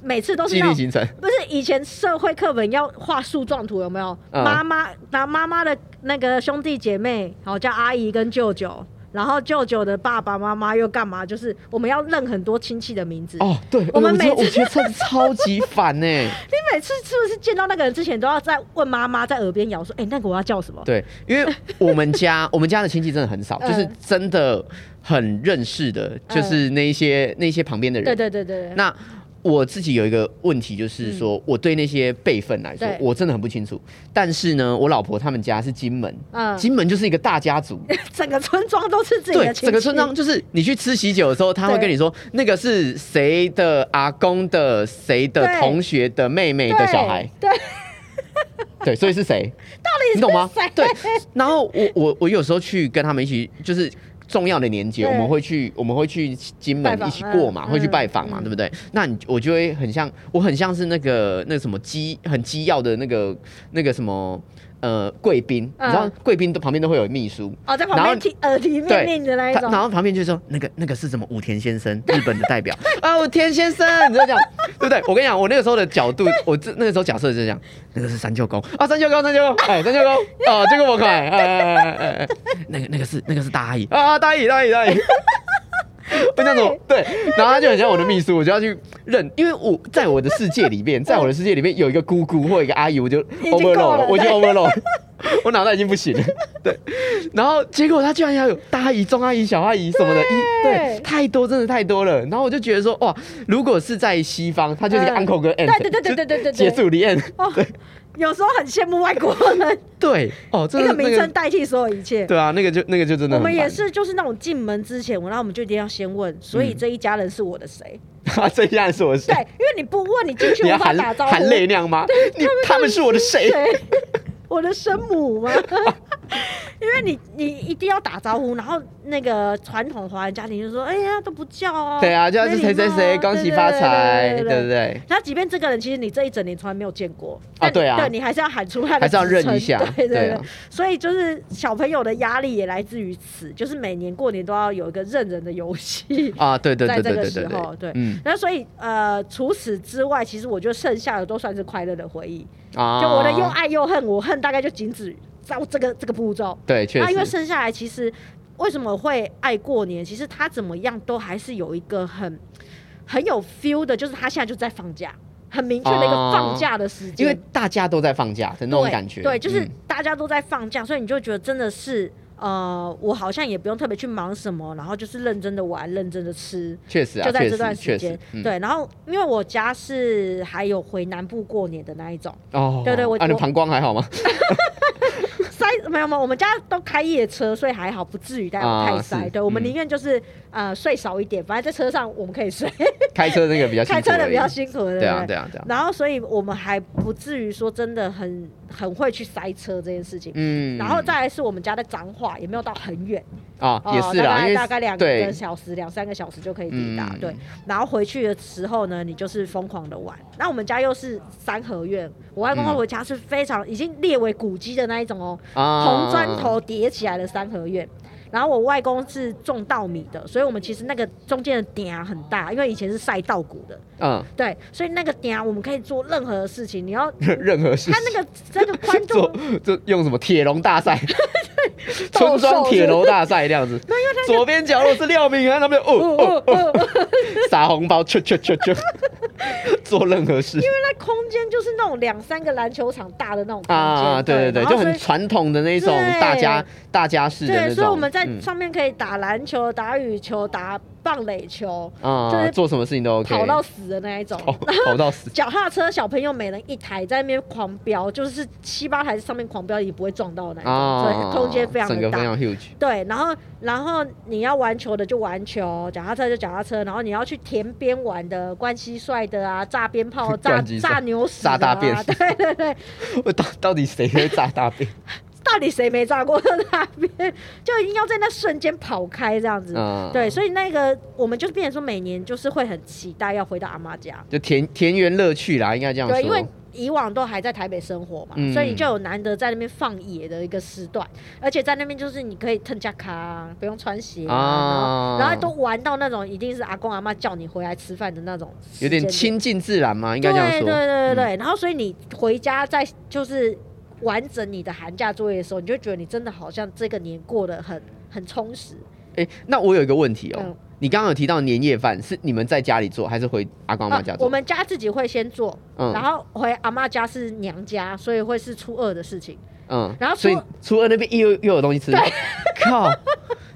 S1: 每次都是
S2: 既
S1: 那种。
S2: 定行程，
S1: 不是以前社会课本要画树状图有没有？
S2: 嗯
S1: 妈妈拿妈妈的那个兄弟姐妹，然后叫阿姨跟舅舅，然后舅舅的爸爸妈妈又干嘛？就是我们要认很多亲戚的名字。
S2: 哦，对，
S1: 我们
S2: 哎知
S1: 每
S2: 道
S1: 次
S2: 我觉得超超级烦欸呢、
S1: 你每次是不是见到那个人之前都要在问妈妈在耳边摇说：“哎、那个我要叫什么
S2: 对，因为我们家 我们家的亲戚真的很少，就是
S1: 嗯
S2: 真的很认识的，就是那一些那一些旁边的？”人
S1: 对。对对对对，
S2: 那我自己有一个问题，就是说、我对那些辈分来说
S1: 对，
S2: 我真的很不清楚。但是呢，我老婆他们家是金门，
S1: 嗯
S2: 金门就是一个大 家族，
S1: 整个村庄都是自己的亲
S2: 对，
S1: 戚，
S2: 整个村庄就是你去吃喜酒的时候，他会
S1: 对
S2: 跟你说那个是谁的阿公的、谁的
S1: 对
S2: 同学的妹妹的小孩，
S1: 对，对
S2: 对，所以是谁？
S1: 到底是
S2: 你懂吗
S1: 谁？
S2: 对，然后我我我有时候去跟他们一起，就是重要的年节，
S1: 对
S2: 我们会去我们会去金
S1: 拜
S2: 门
S1: 访
S2: 一起过嘛，
S1: 嗯
S2: 会去拜访嘛，
S1: 嗯
S2: 对不对？那你我就会很像，我很像是那个那个什么机很机要的那个那个什么呃贵宾，
S1: 嗯
S2: 你知道贵宾都旁边都会有秘书。
S1: 哦，在旁
S2: 然后
S1: 边提耳提
S2: 对
S1: 面令的那一
S2: 他
S1: 种，
S2: 然后旁边就说那个那个是什么武田先 生，日本的代表啊，武田先生，你知道这样 对不对？我跟你讲，我那个时候的角度，我这那个时候假设是这样，那个是三舅公啊，三舅公，三舅公，哎，三舅 公，哦，这个我快，哎哎哎哎哎哎，那个那个是那个是大阿姨啊，大阿姨，大阿姨，大阿姨。 我那种对，然后他就很像我的秘书，我就要去认，因为我在我的世界里面，在我的世界里面有一个姑姑或一个阿姨，我就
S1: 经够
S2: overload
S1: 了
S2: 我就
S1: 对
S2: overload，我脑袋已经不行了。对，然后结果他居然要有大阿姨、中阿姨、小阿姨什么的，一对太多，真的太多了。然后我就觉得说，哇，如果是在西方，他就是一个
S1: 嗯
S2: uncle 跟 aunt，、
S1: 对对对对对对对
S2: 结束 the end。
S1: 哦，有时候很羡慕外国人，
S2: 对，哦，这
S1: 一
S2: 个
S1: 个
S2: 那
S1: 名称
S2: 个，
S1: 代替所有一切。
S2: 对啊，那个就那个就真的
S1: 我
S2: 很
S1: 们也
S2: 烦
S1: 是，就是那种进门之前，我然后我们就一定要先问，所以这一家人是我的谁？
S2: 啊，这样是我是
S1: 对，因为你不问，你进去
S2: 你要
S1: 无法
S2: 喊
S1: 打招呼。
S2: 喊泪那样吗？你他们是我的谁？
S1: 谁？我的生母吗？因为你你一定要打招呼，然后那个传统华人家庭就说：“哎呀，都不叫啊。”
S2: 对啊，就是谁谁谁，恭喜发财，
S1: 对
S2: 对不。对？
S1: 那即便这个人，其实你这一整年从来没有见过
S2: 啊
S1: 但你
S2: 对啊
S1: 对你还是要喊出他的
S2: 还
S1: 职
S2: 是
S1: 称，
S2: 要认一下
S1: 对对
S2: 对
S1: 对。
S2: 啊
S1: 所以就是小朋友的压力也来自于此，就是每年过年都要有一个认人的游戏。
S2: 啊， 对对对
S1: 在
S2: 对
S1: 这个
S2: 对对
S1: 时候，对，
S2: 嗯
S1: 那所以呃，除此之外，其实我觉得剩下的都算是快乐的回忆。
S2: 啊
S1: 就我的又爱又恨，我恨大概就仅止到这个这个步骤。
S2: 对，确
S1: 那因为
S2: 实
S1: 生下来，其实为什么会爱过年？其实他怎么样都还是有一个很很有 feel 的，就是他现在就在放假，很明确的一个放假的时
S2: 哦因
S1: 间、
S2: 为大家都在放假的那种
S1: 对
S2: 感觉，
S1: 对，就是
S2: 嗯
S1: 大家都在放假，所以你就觉得真的是。呃，我好像也不用特别去忙什么，然后就是认真的玩，认真的吃，
S2: 确实啊，
S1: 就在
S2: 确
S1: 这段
S2: 实
S1: 时
S2: 确
S1: 间
S2: 实，。嗯
S1: 对，然后因为我家是还有回南部过年的那一种，
S2: 哦，
S1: 对对我
S2: 啊，你
S1: 我
S2: 膀胱还 好吗？
S1: 塞没有没有，我们家都开夜车，所以还好，不至于带
S2: 啊
S1: 太塞。
S2: 是
S1: 对，我们
S2: 嗯
S1: 宁愿就是、呃睡少一点，反正在车上我们可以睡，
S2: 开车那个比 较辛
S1: 开
S2: 苦而已，
S1: 车的比较辛苦，对不
S2: 对啊，对啊，对啊，
S1: 然后，所以我们还不至于说真的很很会去塞车这件事情。
S2: 嗯
S1: 然后再来是我们家的彰化，也没有到很远，
S2: 啊
S1: 哦
S2: 也是
S1: 大
S2: 啦，因
S1: 概
S2: 为
S1: 大概两
S2: 对
S1: 个小时、两三个小时就可以抵达。
S2: 嗯
S1: 对，然后回去的时候呢，你就是疯狂的玩。那我们家又是三合院，我外公外婆家是非常已经列为古迹的那一种哦，
S2: 啊
S1: 红砖头叠起来的三合院。然后我外公是种稻米的，所以我们其实那个中间的顶很大，因为以前是晒稻谷的，
S2: 嗯，
S1: 对，所以那个顶我们可以做任何的事情。你要
S2: 任何事
S1: 它那个那个宽 度，
S2: 做就用什么铁笼大 赛，
S1: 斗
S2: 村
S1: 兽
S2: 庄铁
S1: 是
S2: 笼大赛这样子。左边角落是廖敏安，他们就
S1: 哦
S2: 哦
S1: 哦
S2: 哦
S1: 哦，
S2: 哦
S1: 因为
S2: 撒红包，去去去去， 做任何事
S1: 那空间就是那种两三个篮球场大的那种空间，
S2: 啊，对对对，
S1: 然后
S2: 就
S1: 所以
S2: 很传统的那种大家大家式的那
S1: 对，
S2: 种。
S1: 所以我们在
S2: 嗯
S1: 上面可以打篮球、打羽球、打棒垒球，
S2: 啊、
S1: 就是
S2: 做什么事情都 OK，哦
S1: 跑到死的那一种。，
S2: 跑跑到死
S1: 脚踏车小朋友每人一台，在那边狂飙，就是七八台上面狂飙，你不会撞到的那一种，
S2: 啊，
S1: 对，空间非常
S2: 整个
S1: 的
S2: 非
S1: 大。
S2: 常 huge，
S1: 对，然后然后你要玩球的就玩球，脚踏车就脚踏车，然后你要去田边玩的，灌蟋蟀的啊，炸鞭炮、 炸
S2: 灌蟋蟀
S1: 炸牛屎、啊、
S2: 炸大便
S1: 对对对，
S2: 我到到底谁会炸大便？
S1: 到底谁没炸过大便，就一定要在那瞬间跑开这样子。
S2: 啊，
S1: 对，，所以那个我们就是变成说，每年就是会很期待要回到阿妈家，
S2: 就田田园乐趣啦，应该这样说。
S1: 对，因为以往都还在台北生活嘛，
S2: 嗯
S1: 所以你就有难得在那边放野的一个时段，而且在那边就是你可以腾加卡，不用穿鞋
S2: 啊
S1: 啊，然后然后都玩到那种一定是阿公阿妈叫你回来吃饭的那种时间
S2: 有
S1: 点，
S2: 点亲近自然嘛，应该
S1: 对
S2: 这样
S1: 对对
S2: 说。
S1: 对
S2: 嗯
S1: 对，然后所以你回家再就是完整你的寒假作业的时候，你就觉得你真的好像这个年过得很很充实。
S2: 哎、那我有一个问题哦、
S1: 嗯
S2: 你刚刚有提到年夜饭是你们在家里做，还是回阿公阿妈家
S1: 啊
S2: 嗯
S1: 我
S2: 做？
S1: 们家自己会先做，然后回阿妈家是娘家，所以会是初二的事情。
S2: 嗯
S1: 然后
S2: 所以
S1: 初
S2: 初二那边又又有东西吃，靠，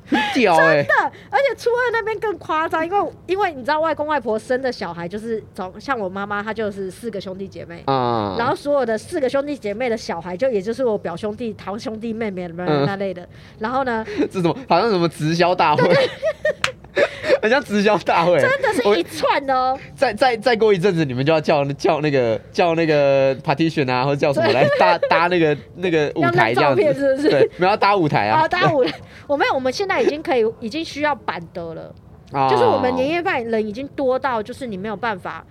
S2: 很屌哎、
S1: 真的，而且初二那边更夸张，因为因为你知道外公外婆生的小孩就是从像我妈妈，她就是四个兄弟姐妹。
S2: 啊、
S1: 然后所有的四个兄弟姐妹的小孩，就也就是我表兄弟、堂兄弟、妹妹
S2: 嗯
S1: 那类的。然后 呢，
S2: 这什么好像什么直销大会，很像直销大会。
S1: 真的
S2: 我
S1: 是一串的哦。
S2: 再再再过一阵子，你们就要叫叫那个叫那个 partition 啊，或者叫什么来搭搭那个那个舞台这
S1: 要弄照
S2: 样子，
S1: 片是不是
S2: 对，没有要搭舞台啊
S1: 啊，，大家我我们我们现在已经可以，已经需要板德了，
S2: 啊
S1: 就是我们年夜饭人已经多到，就是你没有办法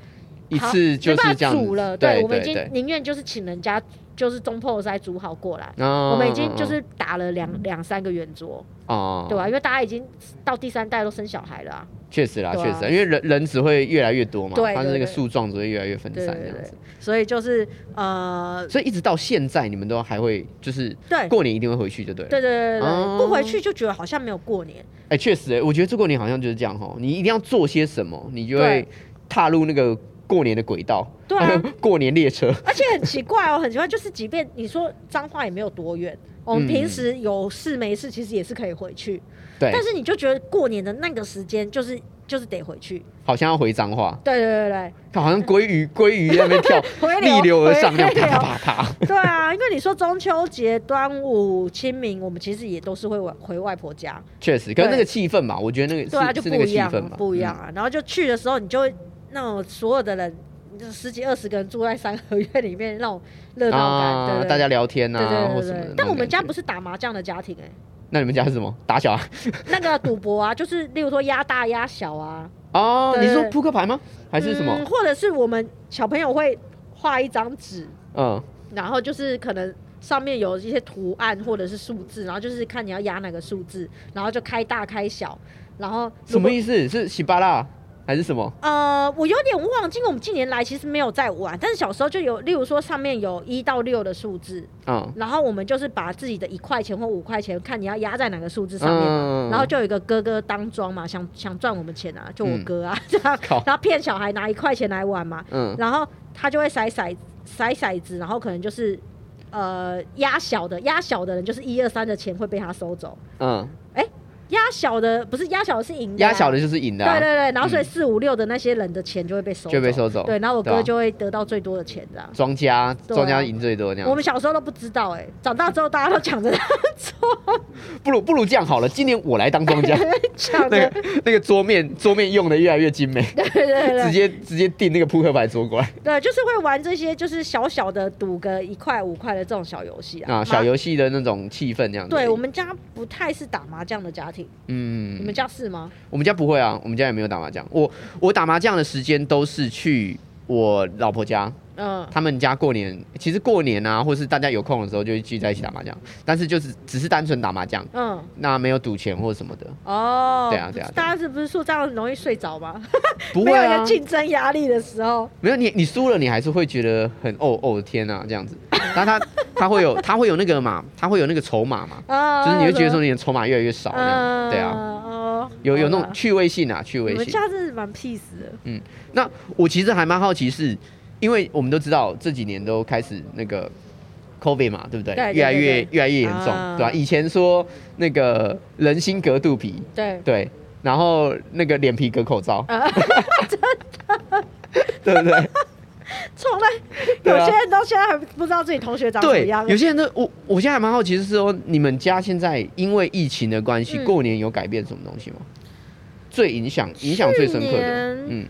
S2: 一
S1: 好
S2: 次就
S1: 没办
S2: 是
S1: 法
S2: 这样子
S1: 煮了，
S2: 对
S1: 我们已
S2: 对
S1: 经
S2: 对，
S1: 宁愿就是请人家就是中破塞煮好过来。
S2: 我
S1: 我们已
S2: 嗯
S1: 经就是打了两两三个圆桌，
S2: 哦
S1: 对吧、啊因为大家已经到第三代都生小孩了、啊，
S2: 确实啦，
S1: 对啊
S2: 确实啦，因为人人只会越来越多嘛，
S1: 对
S2: 它的
S1: 对
S2: 那个
S1: 对
S2: 树状只会越来越分
S1: 对
S2: 散
S1: 对
S2: 这样
S1: 对
S2: 子，，
S1: 所以就是呃，
S2: 所以一直到现在，你们都还会就是
S1: 对
S2: 过年一定会回去，就对了。
S1: 对对对对
S2: 哦
S1: 对，不回去就觉得好像没有过年，
S2: 哎，确实欸，我觉得这过年好像就是这样哦，你一定要做些什么，你就
S1: 对
S2: 会踏入那个过年的轨道，
S1: 对 啊
S2: 过年列车。
S1: 而且很奇怪哦，很奇怪，就是即便你说脏话也没有多远，我
S2: 嗯
S1: 们平时有事没事其实也是可以回去，
S2: 对，
S1: 但是你就觉得过年的那个时间就是就是得回去，
S2: 好像要回脏话，
S1: 对对对对，
S2: 看好像鲑鱼鲑鱼在那边跳
S1: 回流
S2: 逆流而上，
S1: 回
S2: 这样
S1: 流
S2: 啪啪啪啪。
S1: 对，对啊，因为你说中秋节、端午、清明，我们其实也都是会回回外婆家，
S2: 确实，可是
S1: 对
S2: 那个气氛嘛，我觉得那个是
S1: 对啊，就是不
S2: 那个
S1: 一
S2: 气
S1: 样
S2: 氛
S1: 啊
S2: 嘛，，嗯
S1: 不一样啊，然后就去的时候你就会那种所有的人。就十几二十个人住在三合院里面，那种热
S2: 嗯
S1: 闹感，对
S2: 啊，
S1: 对
S2: 大家聊天
S1: 对
S2: 啊，
S1: 对
S2: 或
S1: 对
S2: 什么
S1: 对
S2: 的。。
S1: 但我们家不
S2: 是，
S1: 是打麻将的家庭哎、
S2: 那你们家是什么？打小啊 孩？
S1: 那个赌博啊，就是例如说压大压小啊，
S2: 哦，
S1: 对
S2: 你
S1: 对
S2: 是
S1: 对
S2: 说扑克牌吗？还是什
S1: 嗯
S2: 么？
S1: 或者是我们小朋友会画一张纸，
S2: 嗯，
S1: 然后就是可能上面有一些图案或者是数字，然后就是看你要压哪个数字，然后就开大开小，然后如
S2: 什
S1: 果
S2: 么意思？是喜巴拉还是什么？
S1: 呃，我有点忘记，因为我们近年来其实没有在玩，但是小时候就有，例如说上面有一到六的数字，
S2: 嗯，
S1: 然后我们就是把自己的一块钱或五块钱，看你要压在哪个数字上面嘛。
S2: 嗯，
S1: 然后就有一个哥哥当庄嘛，想想赚我们钱啊，就我哥啊， 这样
S2: 嗯靠，
S1: 然后骗小孩拿一块钱来玩嘛，
S2: 嗯，
S1: 然后他就会甩骰骰骰子，然后可能就是呃压小的，压小的人就是一二三的钱会被他收走，
S2: 嗯，
S1: 压小的不是压小的是赢的、
S2: 压小。的就是赢的
S1: 对
S2: 啊，
S1: 对对，然后所以
S2: 嗯
S1: 四五六的那些人的钱就会被收走，
S2: 就被收走
S1: 对，然后我
S2: 对
S1: 哥
S2: 啊
S1: 就会得到最多的钱这样。
S2: 庄家
S1: 对啊
S2: 庄家赢最多这样
S1: 我。们小时候都不知道哎、长大之后大家都抢着
S2: 不如不如这样好了，今年我来当庄家，
S1: 抢
S2: 那
S1: 着，
S2: 个那个桌面桌面用的越来越精美。
S1: 对对对对
S2: 直，接直接订那个扑克牌桌过来
S1: 对，就是会玩这些，就是小小的赌个一块五块的这种小游戏啊。
S2: 啊，小游戏的那种气氛这样
S1: 麻。
S2: 子。
S1: 对我们家不太是打麻将的家庭，你
S2: 嗯
S1: 们，家是吗？
S2: 我们家不会啊，我们家也没有打麻将。我我打麻将的时间都是去我老婆家，
S1: 嗯，
S2: 他们家过年，其实过年啊，或是大家有空的时候就会聚在一起打麻将，但是就是只是单纯打麻将，
S1: 嗯，
S2: 那没有赌钱或什么的，
S1: 哦，
S2: 对啊对啊对啊
S1: 大家是不是说这样容易睡着吗？
S2: 不
S1: 没
S2: 会
S1: 有一
S2: 啊
S1: 个，竞争压力的时候，
S2: 没有你你输了你还是会觉得很哦哦天啊这样子，但他他会有他会有那个嘛，他会有那个筹码嘛，
S1: 啊，
S2: 就是你会觉得说
S1: 你
S2: 你的筹码越来越少那样，对啊。
S1: 哦，
S2: 有有
S1: 好
S2: 那
S1: 啦
S2: 种趣味性啊，趣味
S1: 你们
S2: 性。
S1: 家真是蛮 peace 的，
S2: 那我其实还蛮好奇是，因为我们都知道这几年都开始那个 COVID 嘛，对不对？
S1: 对对
S2: 越来越
S1: 对
S2: 越来越严重，
S1: 啊
S2: 对吧、以前说那个人心隔肚皮，
S1: 对，
S2: 对，然后那个脸皮隔口罩，
S1: 啊
S2: 真 的，对不对？
S1: 从来
S2: 对
S1: 有
S2: 啊
S1: 些人到现在还不知道自己同学长怎么
S2: 对
S1: 样，。
S2: 有些人都我我现在还蛮好奇，是说你们家现在因为疫情的关系，
S1: 嗯
S2: 过年有改变什么东西吗？最影响影响最深刻
S1: 去
S2: 的
S1: 年，
S2: 嗯，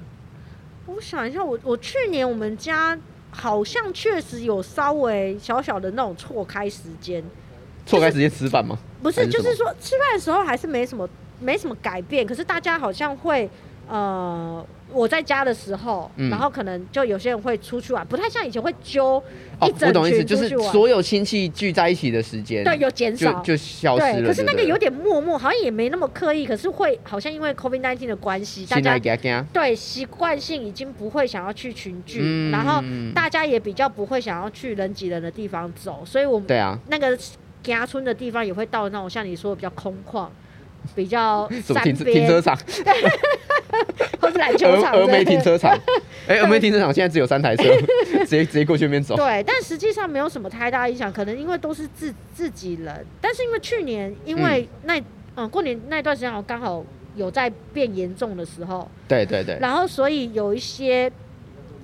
S1: 我想一下，我我去年我们家好像确实有稍微小小的那种错开时间，
S2: 错开时间吃饭吗？
S1: 不
S2: 还
S1: 是，
S2: 是
S1: 就
S2: 什么
S1: 是说吃饭的时候还是没什么没什么改变，可是大家好像会呃。我在家的时候，
S2: 嗯
S1: 然后可能就有些人会出去玩，不太像以前会揪一
S2: 哦，我
S1: 整
S2: 懂意思，
S1: 群
S2: 就
S1: 出
S2: 是
S1: 去玩，
S2: 所有亲戚聚在一起的时间，
S1: 对，有减
S2: 就
S1: 少，
S2: 就消失
S1: 对。
S2: 了。
S1: 可是那个
S2: 对不
S1: 有
S2: 对
S1: 点默默，好像也没那么刻意，可是会好像因为 COVID 1 9的关系，大
S2: 现
S1: 家
S2: 在给他给他，
S1: 对习惯性已经不会想要去群聚，
S2: 嗯
S1: 然后大家也比较不会想要去人挤人的地方走，所以我们
S2: 对啊，
S1: 那个家村的地方也会到那种像你说的比较空旷、比较
S2: 什么
S1: 山
S2: 停车停
S1: 边
S2: 车场，
S1: 或是篮球
S2: 峨
S1: 场
S2: 峨
S1: 之类
S2: 眉
S1: 的
S2: 停。车场，哎，峨眉停车场现在只有三台车， 直接直接过去那边走。
S1: 对，但实际上没有什么太大影响，可能因为都是自自己人，但是因为去年因为那嗯、过年那段时间好像刚好有在变严重的时候，
S2: 对对对，
S1: 然后所以有一些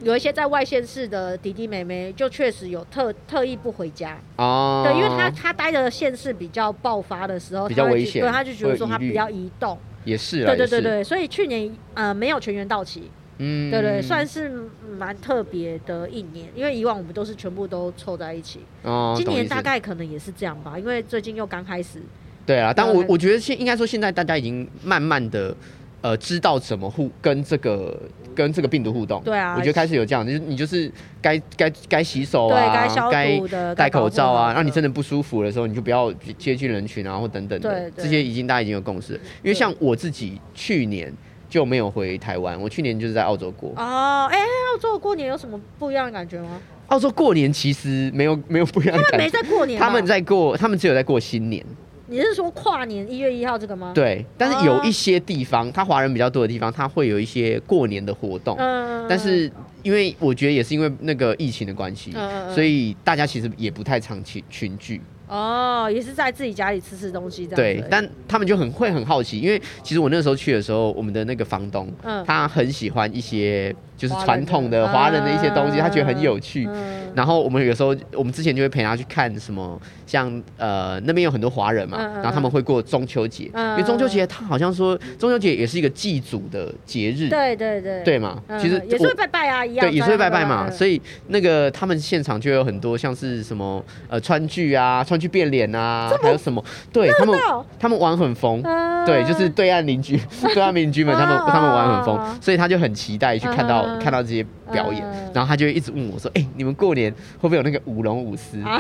S1: 有一些在外县市的弟弟妹妹，就确实有特特意不回家，
S2: 哦，
S1: 对，因为他他待的县市比较爆发的时候，
S2: 比较
S1: 他会
S2: 危
S1: 觉
S2: 险
S1: 对，他就觉得说
S2: 会有
S1: 他
S2: 疑虑
S1: 不要移动，
S2: 也是啊，
S1: 对对
S2: 也是
S1: 对，对，所以去年呃没有全员到齐，
S2: 嗯
S1: 对对，算是蛮特别的一年，因为以往我们都是全部都凑在一起，
S2: 哦，
S1: 今
S2: 懂
S1: 年
S2: 意思
S1: 大概可能也是这样吧，因为最近又刚开始，
S2: 对啊，但我
S1: 对
S2: 我觉得现应该说现在大家已经慢慢的呃知道怎么互跟这个跟这个病毒互动。
S1: 对啊
S2: 我觉得开始有这样，就是你就是该该该洗手
S1: 对
S2: 啊，
S1: 该消毒的，
S2: 戴
S1: 该保护
S2: 口罩啊，
S1: 好
S2: 让你真的不舒服的时候，你就不要接近人群啊，或等等的
S1: 对，对
S2: 这些已经大家已经有共识了。因为像我自己去年就没有回台湾，我去年就是在澳洲过。
S1: 哦，哎、澳洲过年有什么不一样的感觉吗？
S2: 澳洲过年其实没有没有不一样的
S1: 他们
S2: 感
S1: 没
S2: 觉，
S1: 在过年吧，
S2: 他们在过，他们只有在过新年。
S1: 你是说跨年一月一号这个吗？，
S2: 对，但是有
S1: 哦
S2: 一些地方，它华人比较多的地方，它会有一些过年的活动。
S1: 嗯
S2: 但是因为我觉得也是因为那个疫情的关系，
S1: 嗯嗯嗯
S2: 所以大家其实也不太常群群聚。
S1: 哦，也是在自己家里吃吃东西这样子而嗯
S2: 对
S1: 已。，
S2: 但他们就很会很好奇，因为其实我那时候去的时候，我们的那个房东，
S1: 嗯
S2: 他很喜欢一些就是
S1: 华人
S2: 传统的华人的一些东西，他觉得很
S1: 嗯
S2: 有趣。
S1: 嗯
S2: 然后我们有时候，我们之前就会陪他去看什么，像呃那边有很多华人嘛，
S1: 嗯嗯嗯
S2: 然后他们会过中秋节，
S1: 嗯
S2: 因为中秋节他好像说中秋节也是一个祭祖的节日，
S1: 对对对
S2: 对嘛？
S1: 嗯
S2: 其实
S1: 也是
S2: 我
S1: 会拜拜啊，嗯一样
S2: 对也是会拜拜嘛，
S1: 以
S2: 所以那个他们现场就有很多像是什么呃川剧啊、川剧变脸啊，还有什么，对他们
S1: 闹
S2: 他们玩很疯。
S1: 嗯
S2: 对，就是对岸 邻居、对岸邻居们，他们
S1: 啊
S2: 他们玩很疯
S1: 啊，
S2: 所以他就很期待去看到
S1: 嗯
S2: 看到这些表演
S1: 嗯，
S2: 然后他就一直问我说：“哎，你们过年会不会有那个舞龙舞狮？
S1: 啊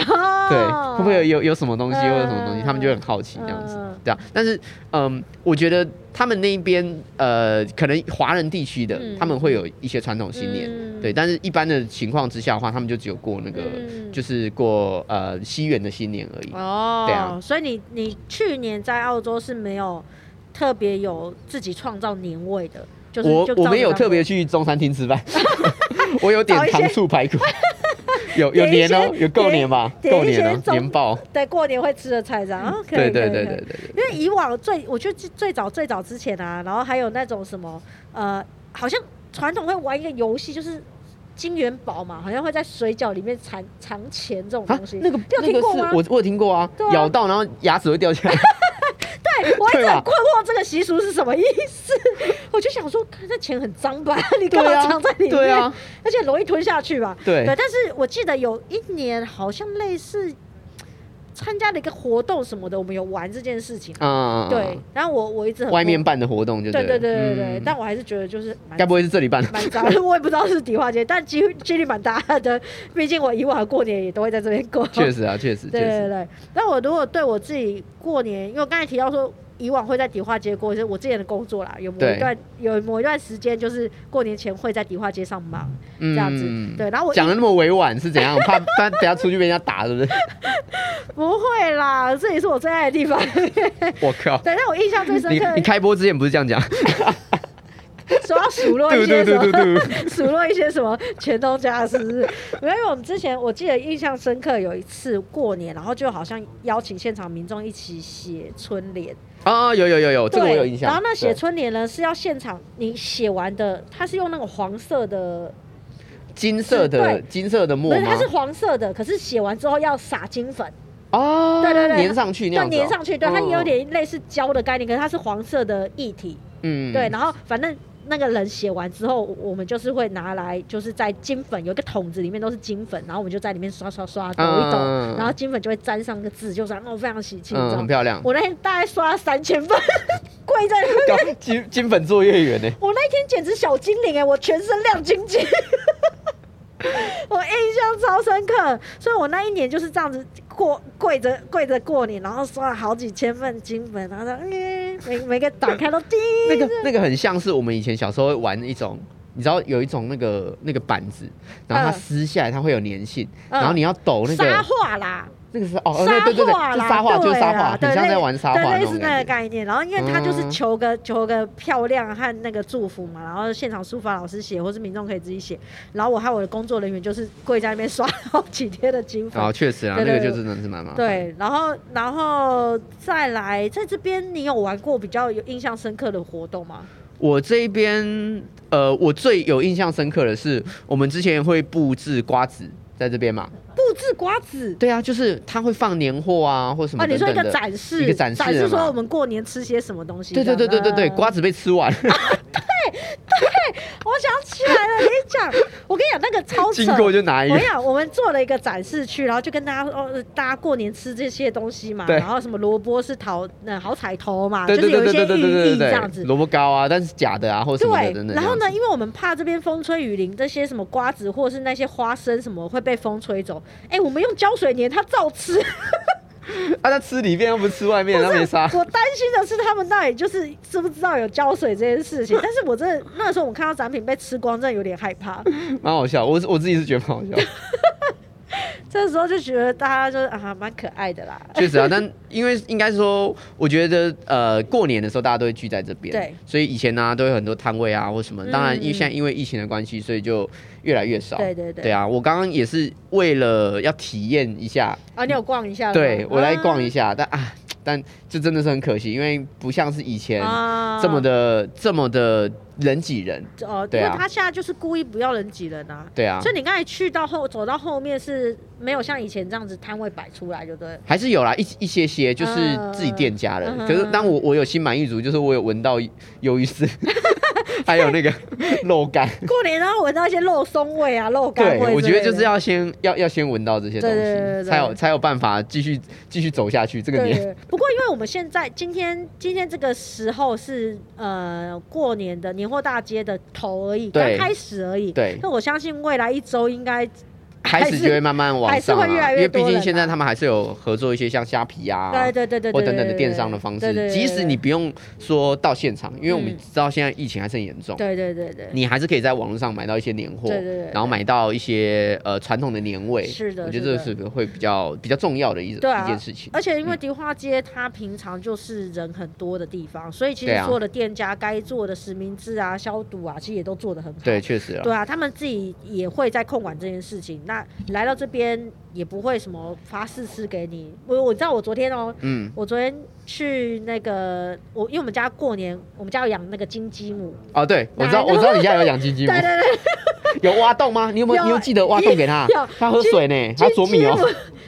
S2: 对，会不会有有有什么东西或
S1: 嗯
S2: 者什么东西？他们就很好奇这样子
S1: 嗯，
S2: 对啊。但是，嗯，我觉得他们那边呃，可能华人地区的
S1: 嗯
S2: 他们会有一些传统新年，
S1: 嗯
S2: 对。但是一般的情况之下的话，他们就只有过那个，
S1: 嗯
S2: 就是过呃西元的新年而已。
S1: 哦，
S2: 对啊
S1: 所以你你去年在澳洲是没有特别有自己创造年味的，就是
S2: 我
S1: 就照
S2: 我没有
S1: 着这
S2: 特
S1: 样
S2: 别
S1: 过
S2: 去中餐厅 吃饭，我有点
S1: 找一些
S2: 糖醋排 骨，有有
S1: 点一
S2: 年哦，
S1: 些
S2: 有够年吧，
S1: 点
S2: 够
S1: 点一
S2: 年哦
S1: 些，中
S2: 年报，
S1: 对过年会吃的菜这样，啊可
S2: 嗯对
S1: 以
S2: 对
S1: 可以
S2: 对
S1: 可以
S2: 对对对。
S1: 因为以往最，我觉得最最早最早之前啊，然后还有那种什么，呃，好像传统会玩一个游戏，就是金元宝嘛，好像会在水饺里面藏藏钱这种
S2: 啊
S1: 东，西。
S2: 那个
S1: 有
S2: 那
S1: 听
S2: 个
S1: 过
S2: 是
S1: 吗？
S2: 我我有听过啊
S1: 对，啊
S2: 咬到然后牙齿会 掉下来。
S1: 对，我一直
S2: 对啊吧
S1: 很困惑这个习俗是什么意思。我就想说，看这钱很脏吧， 你干嘛藏在里面？
S2: 对啊，
S1: 而且容易吞下去吧。
S2: 对
S1: 对，但是我记得有一年好像类似参加了一个活动什么的，我们有玩这件事情。
S2: 嗯，
S1: 对，，然后我我一直很
S2: 外
S1: 困
S2: 面
S1: 惑
S2: 办的活动就
S1: 对对
S2: 对
S1: 对对
S2: 了
S1: 对，
S2: 嗯
S1: 但我还是觉得就是蛮
S2: 该不会是这里办？
S1: 蛮糟的，我也不知道是迪化街，但几率几率蛮大的，毕竟我以往过年也都会在这边过。
S2: 确实啊，确实
S1: 对
S2: 确
S1: 对
S2: 实，
S1: 对。那我如果对我自己过年，因为我刚才提到说。以往会在迪化街过，就是我之前的工作啦，有某
S2: 对
S1: 一段有某一段时间，就是过年前会在迪化街上忙这样子。
S2: 嗯
S1: 对，然后我一
S2: 讲的那么委婉是 怎样？怕怕等下出去被人家打，是不是？
S1: 不会啦，这也是我最爱的地方。对，
S2: 我靠！
S1: 但我印象最深
S2: 你
S1: 刻的
S2: 你开播之前不是这样讲？
S1: 说要数落一
S2: 对
S1: 些
S2: 对
S1: 什么
S2: 对对，对，
S1: 数落一些什么全东家是不是？因为我们之前我记得印象深刻，有一次过年，然后就好像邀请现场民众一起写春联，
S2: 啊，有有有有，这个我有印象。
S1: 然后那写
S2: 对
S1: 春联呢是要现场你写完的，它是用那个黄色的，
S2: 金色的
S1: 对
S2: 金色的
S1: 不
S2: 墨
S1: 是
S2: 吗
S1: 它？是黄色的，可是写完之后要撒金粉，
S2: 哦，
S1: 对对对
S2: 粘上去那
S1: 对，
S2: 样子哦。
S1: 粘上去，对，它
S2: 嗯
S1: 有，点类似胶的概念，可是它是黄色的液体，
S2: 嗯
S1: 对，，然后反正。那个人写完之后，我们就是会拿来，就是在金粉有一个桶子，里面都是金粉，然后我们就在里面刷刷刷抖一抖，
S2: 嗯
S1: 然后金粉就会沾上个字，就是哦非常喜庆，你知道
S2: 嗯，很
S1: 吗？
S2: 漂亮。
S1: 我那天大概刷了三千份， 跪在那边
S2: 搞金金粉坐月圆呢，
S1: 我那一天简直小精灵哎、我全身亮晶晶， 我印象超深刻，所以我那一年就是这样子过跪着跪着过年，然后刷了好几千份金粉，然后这样嗯，每每个打开都滴，
S2: 那个那个很像是我们以前小时候玩一种。你知道有一种那个那个板子，然后它
S1: 嗯
S2: 撕下来它会有粘性，
S1: 嗯
S2: 然后你要抖那
S1: 沙
S2: 个
S1: 画啦，
S2: 那个是哦，
S1: 沙
S2: 那对对对，
S1: 画
S2: 是
S1: 啦，
S2: 沙画就是沙画，
S1: 对
S2: 很像
S1: 类
S2: 在玩沙
S1: 对
S2: 画那
S1: 类
S2: 种
S1: 似那个
S2: 感
S1: 概
S2: 觉。
S1: 念。然后因为他就是
S2: 嗯
S1: 求个求个漂亮和那个祝福嘛，然后现场书法老师写，或是民众可以自己写。然后我和我的工作人员就是跪在那边刷好几天的金粉
S2: 然后，确实啊，
S1: 对
S2: 那
S1: 对
S2: 个就
S1: 对
S2: 真的是蛮麻 烦。，
S1: 对，然后然后再来，在这边你有玩过比较有印象深刻的活动吗？
S2: 我这边呃，我最有印象深刻的是，我们之前会布置瓜子在这边嘛。
S1: 布置瓜子
S2: 对啊，就是它会放年货啊，或什
S1: 啊，
S2: 么
S1: 你
S2: 等
S1: 说一
S2: 等
S1: 个
S2: 的。
S1: 展示，
S2: 一个展示
S1: 展示
S2: 嘛
S1: 说我们过啊年吃些什么东西？
S2: 对对对对对对，
S1: 这样
S2: 瓜子被吃完，
S1: 我想起来了，你讲，我跟你讲那个超扯
S2: 经。过就拿一
S1: 我
S2: 个
S1: 跟你。讲，我们做了一个展示区，然后就跟大家说，哦，大家过年吃这些东西嘛，
S2: 对
S1: 然后什么萝卜是讨呃好彩头嘛，
S2: 对对对对
S1: 就是
S2: 对对
S1: 有一些寓
S2: 对对
S1: 意这样子
S2: 对，。萝卜糕啊，但是假的啊，或什么的等等。
S1: 然后呢，？因为我们怕这边风吹雨淋，这些什么瓜子或是那些花生什么会被风吹走。哎，我们用胶水粘它照吃。
S2: 啊，他吃里面又不吃外面，他 哎没杀。
S1: 我担心的是他们到底就是知不知道有胶水这件事情。但是我真的那时候我看到展品被吃光，真的有点害怕。
S2: 蛮好笑，我是我自己是觉得蛮好笑，
S1: 这时候就觉得大家就是啊蛮可爱的啦。
S2: 确实啊。但因为应该说，我觉得呃，过年的时候大家都会聚在这边，
S1: 对，
S2: 所以以前呢、都有很多摊位啊或什么。当然，因为
S1: 嗯
S2: 现在因为疫情的关系，所以就越来越少。
S1: 对对对
S2: 对啊，我刚刚也是为了要体验一下，
S1: 啊，你有逛一下了吗？
S2: 对我来逛一
S1: 下。
S2: 下，但啊，但这真的是很可惜，因为不像是以前
S1: 啊
S2: 这么的这么的人挤人。
S1: 哦，因
S2: 对
S1: 为
S2: 啊
S1: 他现在就是故意不要人挤人啊。
S2: 对啊
S1: 所，以你刚才去到后走到后面是没有像以前这样子摊位摆出来，就对了。
S2: 还是有啦，一一些些就是自己店家人。
S1: 嗯嗯
S2: 可是当我我有心满意足，就是我有闻到鱿 鱼丝，还有那个肉干。
S1: 过年然后闻到一些肉松味啊、肉干味
S2: 对
S1: 之类，的，
S2: 我觉得就是要先要要先闻到这些东西，
S1: 对对对对对
S2: 才有才有办法继续继续走下去。这个
S1: 对。
S2: 年
S1: 对不过因为我们现在今天今天这个时候是呃过年的年货大街的头而已，刚
S2: 对
S1: 开始而已。
S2: 对
S1: 那我相信未来一周应该
S2: 开始就会慢慢往上、
S1: 还是会越来
S2: 啊，
S1: 越
S2: 因为毕
S1: 多人
S2: 竟
S1: 啊
S2: 现在他们还是有合作一些像虾皮啊，
S1: 对哎对对对对
S2: 或等等的电商的方
S1: 对对
S2: 式。
S1: 对
S2: 即使你不用说到现场，因为我
S1: 嗯
S2: 们知道现在疫情还是很严重，
S1: 对对对对
S2: 你还是可以在网络上买到一些年货，
S1: 对对对对
S2: 然后买到一些呃传统的年味。
S1: 是的
S2: 我觉得这
S1: 是
S2: 是个会比较比较重要的一
S1: 对啊
S2: 一件事情。
S1: 而且因为迪化街它平常就是人很多的地方，所以其实
S2: 对啊
S1: 所有的店家该做的实名制啊、消毒啊，其实也都做得很好。
S2: 对，确实了。
S1: 对啊，他们自己也会在控管这件事情。那来到这边也不会什么发誓吃给你。我我知道，我昨天哦、
S2: 嗯，
S1: 我昨天去那个我，因为我们家过年，我们家有养那个金鸡母，
S2: 哦，对，我知道，
S1: 哪来的
S2: 我知道你家有养金鸡母
S1: 对，对对，
S2: 有挖洞吗？你有没有？
S1: 有
S2: 你有记得挖洞给他
S1: 有？
S2: 他喝水呢，他啄米哦。。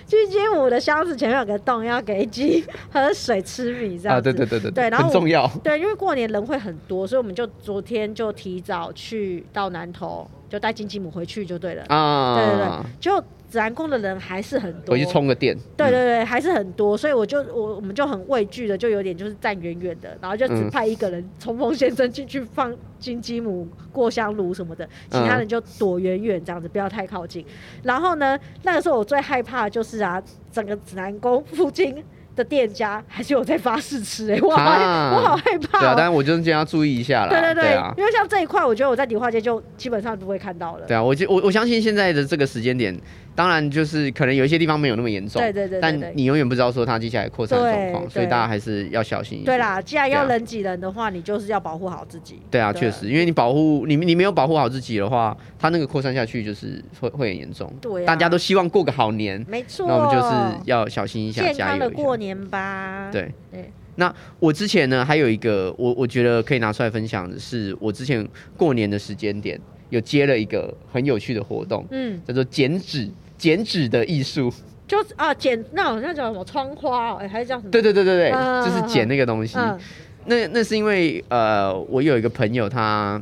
S1: 金鸡母的箱子前面有个洞，要给鸡喝水吃米这样
S2: 啊，
S1: 子。
S2: 对对对对
S1: 对然后
S2: 很
S1: 我
S2: 重要。
S1: 对，因为过年人会很多，所以我们就昨天就提早去到南头，就带金鸡母回去就对了。
S2: 啊，
S1: 对对对，就紫兰宫的人还是很多。
S2: 回去充个电。
S1: 对对
S2: 嗯
S1: 对，还是很多，所以我就我我们就很畏惧的，就有点就是站远远的，然后就只
S2: 嗯
S1: 派一个人冲锋陷阵进去放金鸡母过香炉什么的，其他
S2: 嗯
S1: 人就躲远远这样子，不要太靠近。然后呢，那个时候我最害怕的就是啊，整个指南宫附近。的店家还是有在发试吃哎、我好、
S2: 啊
S1: 我好害怕、
S2: 对啊，
S1: 哦
S2: 但是我就是今天要注意一下啦。
S1: 对对对，
S2: 啊。
S1: 因为像这一块，我觉得我在迪化街就基本上不会看到了。
S2: 对啊，我就我我相信现在的这个时间点，当然就是可能有一些地方没有那么严重，
S1: 对对对对对
S2: 但你永远不知道说它接下来扩散的状况，
S1: 对
S2: 所以
S1: 对
S2: 大家还是要小心一些。
S1: 对啦，既然要
S2: 对啊
S1: 人挤人的话，你就是要保护好自己。
S2: 对啊，
S1: 对
S2: 确实，因为你保护你你没有保护好自己的话，它那个扩散下去就是会会很严重。
S1: 对啊
S2: 大家都希望过个好年，
S1: 没错，
S2: 那我们就是要小心一下，
S1: 健
S2: 加
S1: 康
S2: 油
S1: 的
S2: 一
S1: 过年
S2: 下。
S1: 吧。
S2: 对
S1: 对，
S2: 那我之前呢，还有一个我我觉得可以拿出来分享的是，我之前过年的时间点有接了一个很有趣的活动，
S1: 嗯，
S2: 叫做剪纸剪纸的艺术。
S1: 就是啊，剪那好像叫什么窗花、哦，哎、还是叫什么？
S2: 对对对对对，
S1: 嗯
S2: 就是剪那个东西。
S1: 嗯，
S2: 那那是因为呃，我有一个朋友他，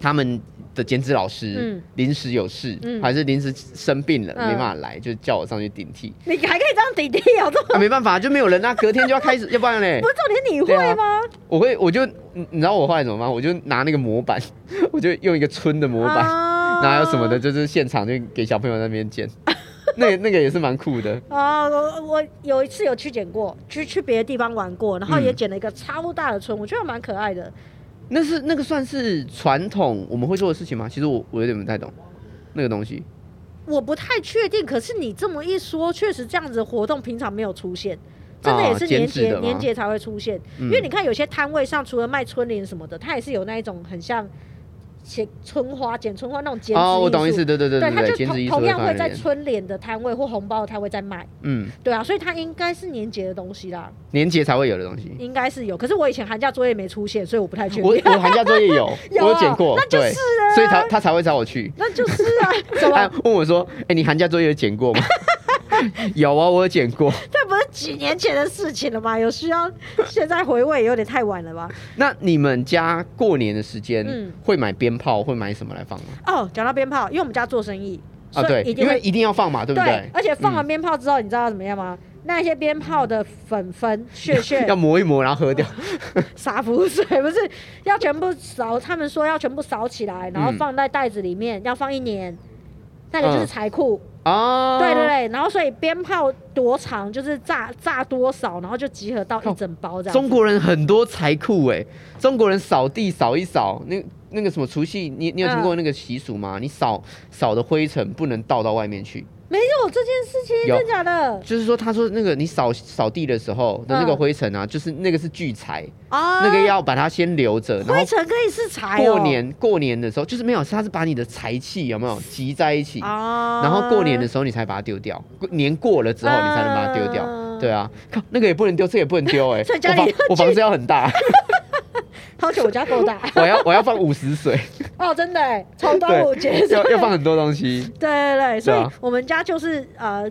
S2: 他们的剪纸老师
S1: 嗯
S2: 临时有事，
S1: 嗯
S2: 还是临时生病了，
S1: 嗯
S2: 没办法来，就叫我上去 顶替。
S1: 你还可以这样顶替哦，这么
S2: 啊，没办法，就没有人啊，隔天就 要开始，要不然嘞
S1: 不，是重点，你
S2: 对啊
S1: 会吗？
S2: 我会我就你你知道我后来怎么吗？我就拿那个模板， 我就用一个村的模板，
S1: 啊
S2: 然后还有什么的，？就是现场就给小朋友在那边剪， 那那个也是蛮酷 的。
S1: 啊，我我有一次有去剪过，去去别的地方玩过，然后
S2: 嗯
S1: 也剪了一个超大的村，我觉得蛮可爱的。
S2: 那是那个算是传统我们会做的事情吗？其实我我有点不太懂那个东西。
S1: 我不太确定，可是你这么一说，确实这样子的活动平常没有出现，真的也是年
S2: 剪纸
S1: 节、
S2: 啊的吗嗯
S1: 年节才会出现。因为你看有些摊位上，除了卖春联什么的，它也是有那一种很像剪春花、剪春花那种剪纸
S2: 哦，我懂意
S1: 艺术
S2: 思，。对对对
S1: 对，它
S2: 对，
S1: 就
S2: 剪纸
S1: 同
S2: 艺术
S1: 同样
S2: 放
S1: 会
S2: 在
S1: 在
S2: 那边
S1: 春联的摊位或红包的摊位在卖，
S2: 嗯，
S1: 对啊，所以它应该是年节的东西啦，
S2: 年节才会有的东西。
S1: 应该是有。可是我以前寒假作业没出现，所以我不太确
S2: 我
S1: 定。
S2: 我寒假作业有，
S1: 有啊
S2: 我有剪过
S1: 那，就是
S2: 对，所以他他才会找我去。
S1: 那就是 啊，怎
S2: 他
S1: 么？
S2: 问我说：“哎，你寒假作业有剪过吗？” 有啊，我有剪过。
S1: 这不是几年前的事情了吗？有需要现在回味，有点太晚了吧？
S2: 那你们家过年的时间
S1: 嗯
S2: 会买鞭炮，会买什么来放吗？
S1: 哦，讲到鞭炮，因为我们家做生意，
S2: 啊，
S1: 所
S2: 对
S1: 以，一定
S2: 因
S1: 会、
S2: 为一定要放嘛，对不对？
S1: 而且放完
S2: 嗯
S1: 鞭炮之后，你知道怎么样吗？那些鞭炮的粉粉、屑屑
S2: 要、磨一磨，然后喝掉。
S1: 洒浮水，不是要全部扫？他们说要全部扫起来，然后
S2: 嗯
S1: 放在袋子里面，要放一年。那个就是
S2: 嗯
S1: 财库，
S2: 哦，
S1: 对对对，然后所以鞭炮多长就是炸炸多少，然后就集合到一整包这样子。
S2: 哦中国人很多财库哎，中国人扫地扫一扫，那那个什么除夕，你你有听过那个习俗
S1: 嗯
S2: 吗？你扫扫的灰尘不能倒到外面去，
S1: 没有这件事情，
S2: 有
S1: 真假的
S2: 就是说他说那个你扫扫地的时候的那个灰尘啊，
S1: 嗯
S2: 就是那个是聚财，
S1: 啊？
S2: 那个要把它先留着，然
S1: 灰
S2: 后。
S1: 尘可以是财、哦，
S2: 过年过年的时候就是没有，它是把你的财气有没
S1: 哦
S2: 有集在一起，
S1: 啊，
S2: 然后过年的时候你才把它丢掉，过年过了之后你才能把它丢掉。
S1: 嗯
S2: 对啊，靠那个也不能丢，这个也不能丢 哎、
S1: 所以
S2: 我
S1: 家里
S2: 房
S1: 要
S2: 我房子要 很大，
S1: 好久我家够大
S2: 我要我要放五十水。
S1: 哦，真的哎，从端午节
S2: 要要放很多东西。
S1: 对对对，所
S2: 对
S1: 以
S2: 啊
S1: 我们家就是呃，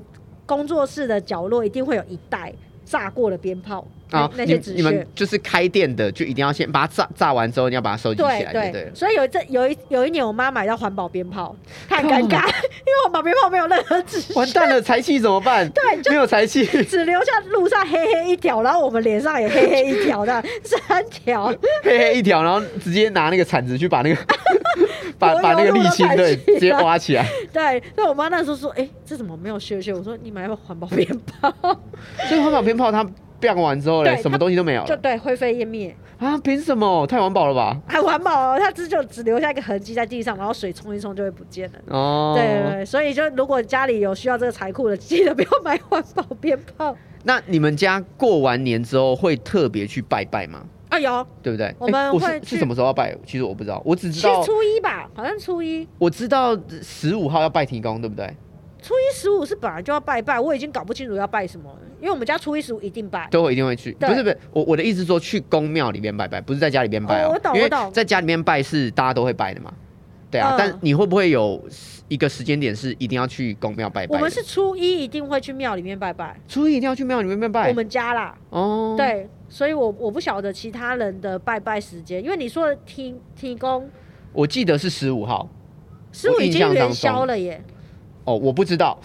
S1: 工作室的角落一定会有一袋炸过的鞭炮
S2: 啊，
S1: 那那
S2: 你
S1: 些纸
S2: 你们
S1: 屑。
S2: 就是开店的，就一定要先把它炸炸完之后，你要把它收集起
S1: 对
S2: 来，对对
S1: 对，
S2: 了。
S1: 所以有一阵有一有一年，我妈买到环保鞭炮，太尴尬，因 为环保鞭炮没有任何纸屑，
S2: 完蛋了，财气怎么办？
S1: 对，
S2: 没有财气，
S1: 只留下路上黑黑一条，然后我们脸上也黑黑一条的 三条，
S2: 黑黑一条，然后直接拿那个铲子去把 那个把
S1: 柏油
S2: 把那个
S1: 路
S2: 沥
S1: 都
S2: 青
S1: 铲
S2: 对
S1: 起来
S2: 直接挖起来。
S1: 对，所以我妈那时候说，哎、这怎么没有屑屑？我说你买环保鞭炮，
S2: 所以环保鞭炮它变完之后嘞，
S1: 对
S2: 什么东西都没有
S1: 就
S2: 了
S1: 对，灰飞烟灭。
S2: 啊？凭什么？太环保了吧？
S1: 很环保哦，它只就只留下一个痕迹在地上，然后水冲一冲就会不见了。
S2: 哦，
S1: 对对对，所以就如果家里有需要这个财库的， 记得不要买环保鞭炮。
S2: 那你们家过完年之后会特别去拜拜吗？
S1: 啊有，
S2: 对不对？
S1: 我们
S2: 诶是
S1: 会去
S2: 是什么时候要拜？其实我不知道，我只知
S1: 是
S2: 道
S1: 初一吧？好像初一，
S2: 我知道十五号要拜提公，对不对？
S1: 初一十五是本来就要拜拜，我已经搞不清楚要拜什么了，因为我们家初一十五一定拜。
S2: 都我一定会去。
S1: 对
S2: 不是不是，我我的意思是说去公庙里面拜拜，不是在家里面拜哦。
S1: 哦我懂
S2: 因为
S1: 我懂
S2: 在家里面拜是大家都会拜的嘛。对啊，
S1: 嗯
S2: 但你会不会有一个时间点是一定要去公庙拜拜的？
S1: 我们是初一一定会去庙里面拜拜，
S2: 初一一定要去庙里面拜
S1: 我
S2: 拜。
S1: 们家啦，
S2: 哦，，
S1: 对，所以我我不晓得其他人的拜拜时间，因为你说的提提供
S2: 我记得是十五号。
S1: 十五
S2: 我
S1: 已
S2: 印
S1: 经
S2: 象当
S1: 元
S2: 中
S1: 宵了耶，
S2: 哦，我不 知道，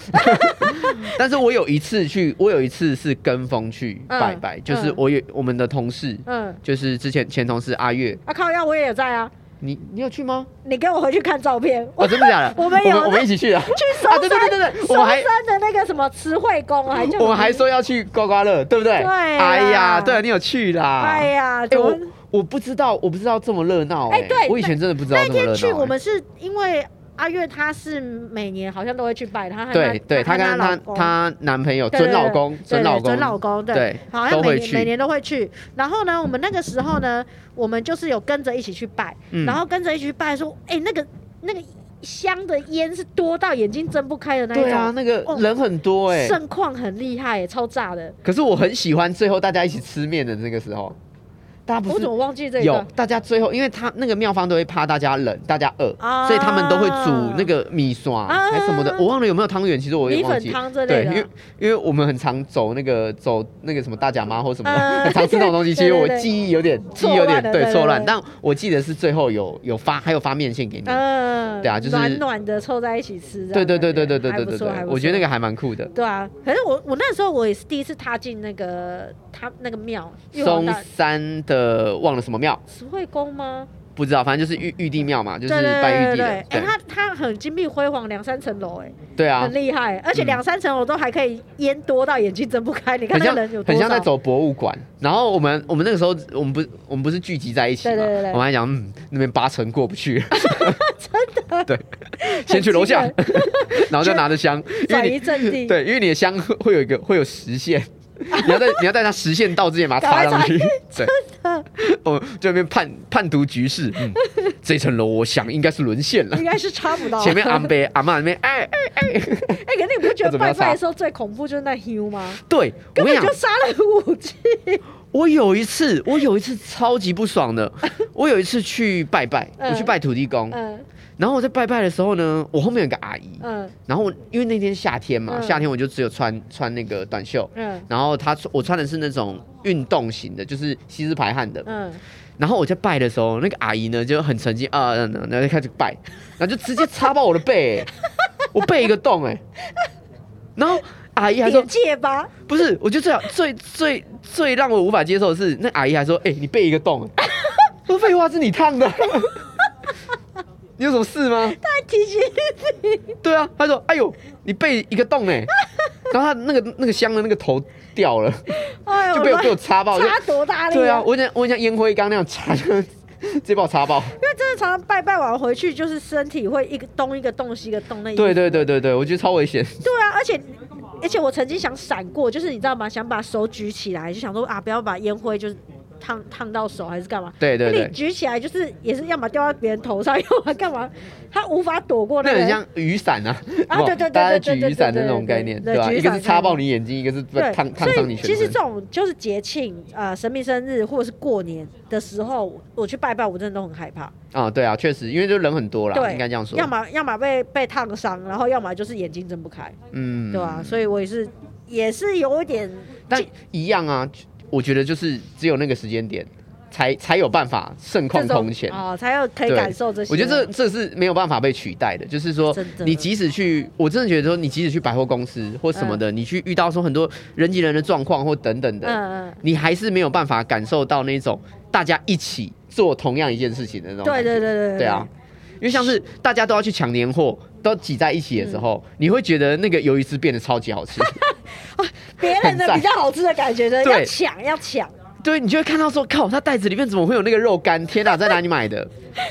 S2: 但是我有一次去，我有一次是跟风去拜拜，
S1: 嗯
S2: 就是
S1: 嗯
S2: 我有我们的同事，
S1: 嗯，
S2: 就是之前前同事阿月，
S1: 啊靠呀，我也有在啊，
S2: 你你有去吗？
S1: 你跟我回去看照片，
S2: 哦，真的假的？
S1: 我们有
S2: 我们一起去 的。
S1: 去搜
S2: 啊
S1: 山，
S2: 对对对对对
S1: 搜
S2: 我们还
S1: 山的那个什么词汇宫啊，还叫什么
S2: 我们还说要去刮刮乐，对不对？
S1: 对啊
S2: 哎呀，对啊，你有去啦。
S1: 哎呀，
S2: 哎，
S1: 怎么
S2: 我我不知道，我不知道这么热闹。欸
S1: 哎对
S2: 我以前真的不知道
S1: 那
S2: 这么热闹。
S1: 天去
S2: 哎
S1: 我们是因为阿月她是每年好像都会去拜，她和
S2: 对对，她
S1: 她
S2: 跟她
S1: 老公
S2: 她男朋友
S1: 对对
S2: 准老公
S1: 对，
S2: 准
S1: 对
S2: 老公，
S1: 准老公，
S2: 对
S1: 对，好像
S2: 都会
S1: 每
S2: 去
S1: 年每年都会去。然后呢，我们那个时候呢，我们就是有跟着一起去拜，
S2: 嗯
S1: 然后跟着一起去拜，说，哎，那个那个香的烟是多到眼睛睁不开的那一
S2: 对啊，
S1: 种，
S2: 那个
S1: 哦
S2: 人很多哎。
S1: 盛况很厉害，超炸的。
S2: 可是我很喜欢最后大家一起吃面的那个时候，大家不
S1: 我
S2: 是
S1: 怎么忘记这
S2: 有
S1: 个？
S2: 大家最后，因为他那个妙方都会怕大家冷，大家饿，
S1: 啊
S2: 所以他们都会煮那个米刷、
S1: 啊
S2: 还什么的，我忘了有没有汤圆，其实我也
S1: 米
S2: 忘
S1: 粉
S2: 记。
S1: 汤之类
S2: 对，因为
S1: 的，
S2: 因为我们很常走那个走那个什么大甲妈或什么的，
S1: 嗯
S2: 很常吃那种 东西。其
S1: 对
S2: 实
S1: 对
S2: 我
S1: 对
S2: 记忆有点记
S1: 错
S2: 忆有点
S1: 乱了对对
S2: 对错乱，
S1: 对
S2: 但我记得是最后有有发还有发面线给你。
S1: 嗯，
S2: 对啊就是
S1: 暖暖的凑在一起吃这
S2: 对
S1: 样
S2: 对
S1: 的感觉，
S2: 对对对对
S1: 还
S2: 对
S1: 不
S2: 对
S1: 错还
S2: 对，
S1: 不
S2: 我觉得
S1: 错
S2: 那个还蛮酷的。
S1: 对啊，可是我我那时候我也是第一次踏进那个他那个庙，玉皇
S2: 松
S1: 大
S2: 山的忘了什么庙，
S1: 慈惠宫吗？
S2: 不知道，反正就是玉玉帝庙嘛，就
S1: 对
S2: 是
S1: 对
S2: 拜
S1: 对对对，
S2: 玉帝的
S1: 哎。、
S2: 对
S1: 它它很金碧辉煌，两三层楼，哎、
S2: 对啊
S1: 很，厉害，而且
S2: 嗯
S1: 两三层楼都还可以烟多到眼睛睁不开，你看
S2: 很
S1: 那
S2: 像
S1: 个人有多
S2: 很
S1: 少？
S2: 像在走博物馆。然后我们我们那个时候我们不我们不是聚集在一起嘛，
S1: 对对对对
S2: 我们还讲嗯那边八成过 不去，真的对，先去楼下
S1: 很，
S2: 然后就拿着香，因
S1: 转移
S2: 为
S1: 阵
S2: 你
S1: 地，
S2: 对，因为你的香会会有一个会有时限。你要在你要在它实现到之前把它插
S1: 赶快
S2: 上
S1: 插
S2: 去，对，我就那边判判读局势，嗯，这层楼我想应该是沦陷了
S1: 应。该是插不到。
S2: 前面阿伯阿妈那边，哎哎，
S1: 哎、可是你不觉
S2: 怎
S1: 得
S2: 么要
S1: 拜
S2: 杀
S1: 拜的时候最恐怖就是那 hue 吗？
S2: 对，我
S1: 根
S2: 跟你
S1: 本
S2: 讲
S1: 就，杀了五只，
S2: 我有一次，我有一次超级不爽 的，我有一次去拜拜，
S1: 嗯
S2: 我去拜土地公，
S1: 嗯
S2: 然后我在拜拜的时候呢，我后面有个阿姨，
S1: 嗯
S2: 然后我因为那天夏天嘛，
S1: 嗯
S2: 夏天我就只有穿穿那个短袖，
S1: 嗯
S2: 然后她我穿的是那种运动型的，就是吸湿排汗的，
S1: 嗯，
S2: 然后我在拜的时候，那个阿姨呢就很沉浸啊，嗯嗯然后就开始拜，然后就直接插爆我的背、欸我背一个洞哎、欸然后阿姨还说
S1: 眼界吧，
S2: 不是，我觉得最好最最最让我无法接受的是，那阿姨还说：“哎、你背一个 洞。”我说：“废话，是你烫的。”你有什么事吗？
S1: 他还提醒
S2: 对啊，她说：“哎呦，你背一个洞 哎。”然后她那个那个香的那个头掉了，
S1: 哎呦，
S2: 就被我被我插爆。我就
S1: 插多大力、
S2: 对啊，我很像我很像烟灰缸那样插，直接把我插爆。
S1: 因为真的常常拜拜完回去，就是身体会一个东一个洞西一个洞那一
S2: 对对对对对，我觉得超危险。
S1: 对啊，而且而且我曾经想闪过，就是你知道吗？想把手举起来，就想说啊，不要把烟灰就是烫烫到手还是干嘛？
S2: 对对
S1: 那
S2: 对
S1: 你，举起来就是也是要么掉到别人头上，要么干嘛？他无法躲过
S2: 那
S1: 个
S2: 很像雨伞啊，
S1: 啊
S2: 有没
S1: 对
S2: 有
S1: 对对
S2: 大家
S1: 对
S2: 举
S1: 对对
S2: 雨伞的
S1: 对
S2: 那种
S1: 对
S2: 概
S1: 对
S2: 念，
S1: 对
S2: 对吧？
S1: 举雨
S2: 一个
S1: 伞
S2: 是
S1: 概
S2: 插爆
S1: 念
S2: 你眼睛，一个是
S1: 对，
S2: 烫烫
S1: 所
S2: 伤你
S1: 以
S2: 全
S1: 其
S2: 身。
S1: 实这种就是节庆啊，神明生日或者是过年的时候，我去拜拜，我真的都很害怕。
S2: 啊、对啊，确实，因为就人很多啦，
S1: 对，
S2: 应该这样说。
S1: 要么要么被被烫伤，然后要么就是眼睛睁不开，
S2: 嗯，
S1: 对啊，所以我也是也是有一点
S2: 但一样啊，我觉得就是只有那个时间点，才才有办法盛况空前。
S1: 啊、哦，才有可以
S2: 对
S1: 感受这些。
S2: 我觉得这这是没有办法被取代的，就是说
S1: 真，的
S2: 你即使去，我真的觉得说，你即使去百货公司或什么的，你去遇到说很多人挤人的状况或等等的，
S1: 嗯嗯，
S2: 你还是没有办法感受到那种大家一起做同样一件事情的那种感
S1: 对对
S2: 觉。
S1: 对对对
S2: 对啊，，因为像是大家都要去抢年货，都挤在一起的时候，你会觉得那个鱿鱼丝变得超级好 吃。
S1: 别人的
S2: 很赞
S1: 比较好吃的感觉真的
S2: 对
S1: 要抢要抢，
S2: 对，你就会看到说，靠，它袋子里面怎么会有那个肉干？天哪，在哪里 买的？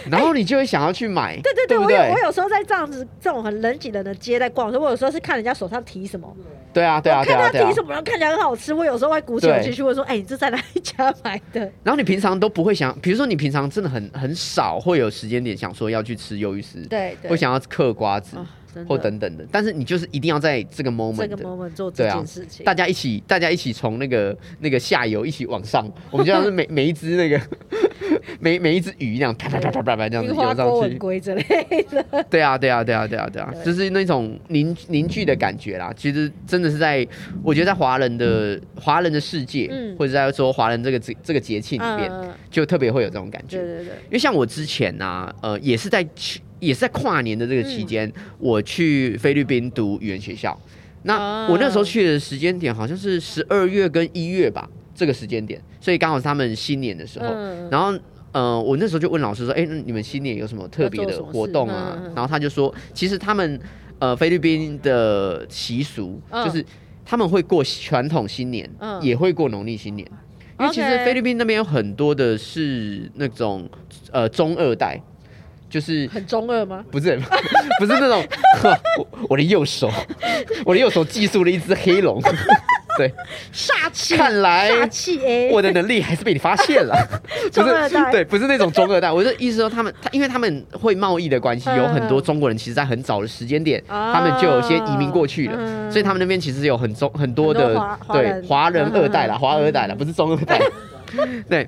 S2: 然后你就会想要去买，
S1: 对对对，
S2: 对不
S1: 我有我
S2: 对？
S1: 有时候在这样子这种很人挤人的街在逛的时候，我有时候是看人家手上提什么，
S2: 对啊，对啊，
S1: 我
S2: 对
S1: 看
S2: 啊，
S1: 他
S2: 对啊
S1: 提。什么，然后看起来很好吃，我有时候会鼓起勇气去问说，哎、你这在哪一家买的？
S2: 然后你平常都不会想，比如说你平常真的很很少会有时间点想说要去吃鱿鱼丝，
S1: 对对，
S2: 会想要嗑瓜子
S1: 啊，真的
S2: 或等等的，但是你就是一定要在这个 moment
S1: 这个
S2: 的
S1: moment 做这
S2: 对啊
S1: 件事，情，
S2: 大家一起，大家一起从那个那个下游一起往上， 我们就像是每每一只那个 每每一只鱼那样啪啪啪啪啪啪这样子
S1: 樱
S2: 游
S1: 花
S2: 上
S1: 郭
S2: 去
S1: 文。龟之 类的，
S2: 对啊，对啊，对啊，对啊，对啊，
S1: 对
S2: 就是那种凝凝聚的感觉啦。其实真的是在，我觉得在华人的华人的世界，
S1: 嗯
S2: 或者在说华人这个这这个节庆里面，
S1: 嗯，嗯嗯
S2: 就特别会有这种感觉
S1: 对。对对，
S2: 因为像我之前呢、呃，也是在去也是在跨年的这个期间，
S1: 嗯
S2: 我去菲律宾读语言学校。那
S1: 啊
S2: 我那时候去的时间点好像是十二月跟一月吧，这个时间点，所以刚好是他们新年的时候。
S1: 嗯
S2: 然后呃，我那时候就问老师说，哎、那你们新年有什么特
S1: 要
S2: 别
S1: 做
S2: 的
S1: 什么
S2: 活动啊？
S1: 事嗯嗯嗯
S2: 然后他就说，其实他们呃菲律宾的习俗、
S1: 嗯
S2: 就是他们会过传统新年，
S1: 嗯
S2: 也会过农历新年。因为其实
S1: OK
S2: 菲律宾那边有很多的是那种呃中二代， 就是
S1: 很中二吗？
S2: 不是 不是那种， 呵我我的右手， 我的右手技术了一只黑龙， 对，
S1: 煞气，
S2: 看来
S1: 煞气 哎，
S2: 我的能力还是被你发现了，不
S1: 中二
S2: 是
S1: 代
S2: 对，不是那种中二代，我的意思说他们，他因为他们会贸易的关系，
S1: 嗯
S2: 有很多中国人其实在很早的时间点，
S1: 啊
S2: 他们就有些移民过去了，
S1: 嗯
S2: 所以他们那边其实有很中很多的
S1: 很多华华
S2: 对
S1: 人
S2: 华人
S1: 嗯
S2: 二代啦，
S1: 嗯
S2: 华二 代啦，不是中二代，对。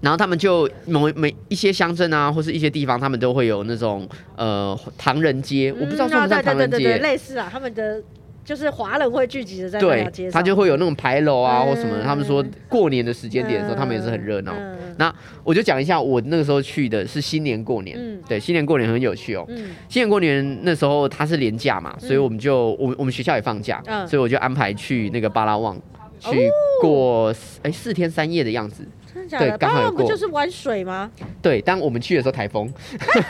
S2: 然后他们就某每一些乡镇啊，或是一些地方，他们都会有那种呃唐人街，我不知道
S1: 嗯
S2: 算不算
S1: 啊对
S2: 唐
S1: 对
S2: 人
S1: 对对对
S2: 街，
S1: 类似啊，他们的就是华人会聚集的在那条街
S2: 对，
S1: 上，
S2: 他就会有那种牌楼啊或什么
S1: 嗯
S2: 的。他们说过年的时间点的时候，他们也是很热闹。
S1: 嗯
S2: 那我就讲一下，我那个时候去的是新年过年，
S1: 嗯
S2: 对，新年过年很有趣哦。
S1: 嗯
S2: 新年过年那时候它是年假嘛，所以我们就我们我们学校也放假，
S1: 嗯
S2: 所以我就安排去那个巴拉望去过四哎四天三夜的样子。
S1: 真的假
S2: 对
S1: 的？
S2: 刚好
S1: 巴
S2: 有
S1: 浪不
S2: 过
S1: 就是玩水 吗？
S2: 对，当我们去的时候台风，
S1: 哎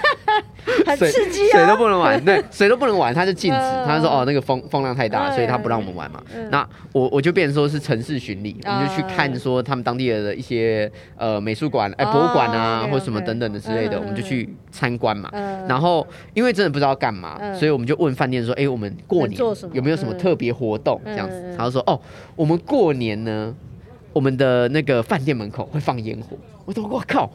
S1: 很
S2: 水
S1: 刺激
S2: 水
S1: 啊！
S2: 都不能玩，对，水都不能玩，他就禁止，
S1: 嗯
S2: 他说哦那个风风浪太大，
S1: 嗯
S2: 所以他不让我们玩嘛。
S1: 嗯
S2: 那我我就变成说是城市巡礼，我们就去
S1: 嗯
S2: 看说他们当地的一些呃美术馆、哎
S1: 哦
S2: 博物馆啊，
S1: OK，OK
S2: 或者什么等等的之类的，
S1: 嗯嗯
S2: 我们就去参观嘛。
S1: 嗯
S2: 然后因为真的不知道干嘛，
S1: 嗯
S2: 所以我们就问饭店说，哎，我们过
S1: 能
S2: 年
S1: 做什么
S2: 有没有什么
S1: 嗯
S2: 特别活动这样
S1: 嗯嗯
S2: 子
S1: 嗯？
S2: 他就说哦，我们过年呢。我们的那个饭店门口会放烟火，我说我靠，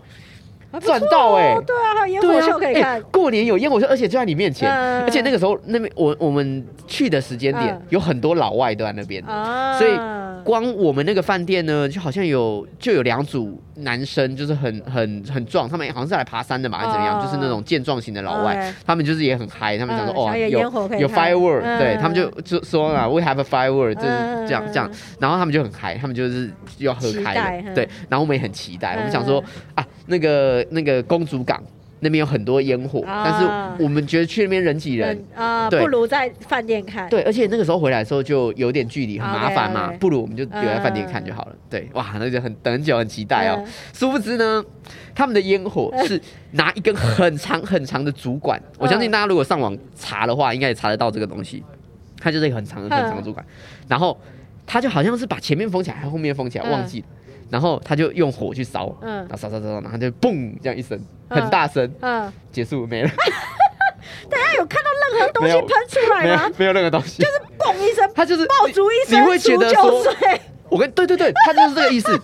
S1: 还不
S2: 赚
S1: 错
S2: 到欸
S1: 哦对啊，还有烟
S2: 对
S1: 火
S2: 啊，
S1: 秀可以
S2: 哎
S1: 看，
S2: 过年有烟火秀，而且就在你面前，
S1: 嗯
S2: 而且那个时候那边我我们去的时间点、
S1: 嗯
S2: 有很多老外都在那边，
S1: 啊
S2: 所以光我们那个饭店呢，就好像有就有两组男生，就是很很很壮，他们好像是来爬山的嘛，还是怎么样，
S1: 哦
S2: 就是那种健壮型的老外，
S1: OK
S2: 他们就是也很嗨，他们想说、
S1: 嗯
S2: 哦
S1: 想有
S2: 有
S1: 烟火可以
S2: 有
S1: 看
S2: firework，、
S1: 嗯
S2: 对他们就就说啊 we have a firework，就是这样、
S1: 嗯
S2: 这样，然后他们就很嗨，他们就是要喝
S1: 期
S2: 开
S1: 待
S2: 了，
S1: 嗯
S2: 对，然后我们也很期待，我们想
S1: 嗯
S2: 说啊那个那个公主港。那边有很多烟火，
S1: 啊
S2: 但是我们觉得去那边人挤人，
S1: 嗯啊，
S2: 对
S1: 不如在饭店看。
S2: 对，而且那个时候回来的时候就有点距离，很
S1: 哦
S2: 麻烦嘛
S1: OK，OK
S2: 不如我们就留在饭店看就好了。对，哇，那就很等很久，很期待哦。
S1: 嗯
S2: 殊不知呢，他们的烟火是拿一根很长很长的主管，
S1: 嗯
S2: 我相信大家如果上网查的话，应该也查得到这个东西。它就是一个很长很长的主管，然后他就好像是把前面封起来，还后面封起来，
S1: 嗯
S2: 忘记了。然后他就用火去烧，
S1: 嗯
S2: 然后烧烧烧，烧然后就嘣这样一声，
S1: 嗯
S2: 很大声，
S1: 嗯，
S2: 结束没了，
S1: 大家有看到任何东
S2: 没
S1: 西
S2: 有
S1: 喷出来
S2: 没有
S1: 吗？
S2: 没有任何东西，
S1: 就是嘣一声，
S2: 他就是
S1: 爆竹一声，
S2: 你会觉得
S1: 除
S2: 说
S1: 旧岁
S2: 我跟对对对，他就是这个意思。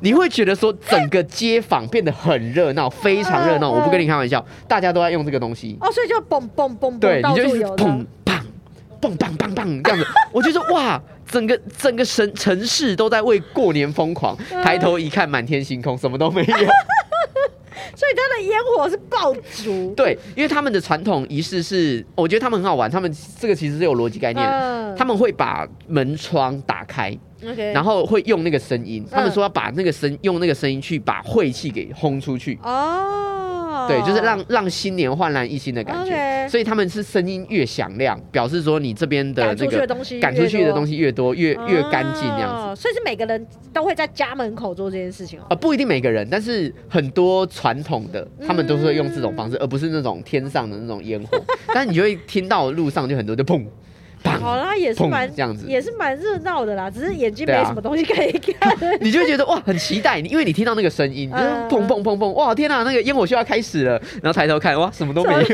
S2: 你会觉得说整个街坊变得很热闹，非常热闹。
S1: 嗯
S2: 我不跟你开玩笑，大家都在用这个东西，
S1: 哦，所以就嘣嘣嘣
S2: 对，
S1: 嘣，
S2: 你
S1: 到
S2: 就一
S1: 处
S2: 直
S1: 有的。
S2: 砰砰砰砰砰砰这样子。我就说哇，整个整个城城市都在为过年疯狂。抬头一看，满天星空，什么都没有。
S1: 所以它的烟火是爆竹。
S2: 对，因为他们的传统仪式是，我觉得他们很好玩，他们这个其实是有逻辑概念的。
S1: 嗯
S2: 他们会把门窗打开，
S1: OK，
S2: 然
S1: 后
S2: 后会用那个声音，他们说要把那个声用那个声音去把晦气给轰出去，
S1: 哦，
S2: 对，就是让让新年焕然一新的感觉。
S1: OK
S2: 所以他们是声音越响亮，表示说你这边的
S1: 赶
S2: 那
S1: 出去的
S2: 个
S1: 东西越多，
S2: 赶出去的东西越多，越越干净这样子。
S1: 哦。所以是每个人都会在家门口做这件事情哦。
S2: 啊，不一定每个人，但是很多传统的，他们都是会用这种方式，而不是那种天上的那种烟 火。但你就会听到路上就很多就砰，
S1: 好
S2: 砰，
S1: 啦，也是
S2: 嗯砰
S1: 蛮
S2: 这样子
S1: 也是蛮热闹的啦，只是眼睛
S2: 对
S1: 没
S2: 啊
S1: 什么东西可以看。
S2: 你就会觉得哇，很期待，因为你听到那个声音，你就是
S1: 嗯
S2: 砰砰砰砰，哇，天呐，那个烟火秀要开始了，然后抬头看，哇，什么都没有。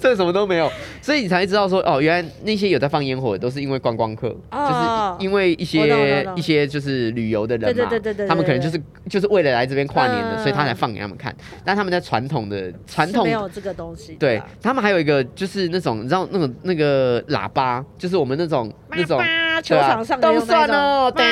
S2: 这什么都没有，所以你才会知道说哦，原来那些有在放烟火的都是因为观光客，
S1: 哦
S2: 就是因为一
S1: 我懂我
S2: 些
S1: 懂
S2: 一些就是旅游的人嘛，
S1: 对对对对对对
S2: 他们可能就是就是为了来这边跨年的，
S1: 嗯
S2: 所以他才放给他们看。但他们在传统的传
S1: 是
S2: 统
S1: 没有这个东西的
S2: 对
S1: 啦。
S2: 他们还有一个就是那种，你知道那种那个喇叭，就是我们那种那种
S1: 叭叭
S2: 对啊
S1: 球场上的
S2: 都
S1: 用那
S2: 算
S1: 种
S2: 哦，哒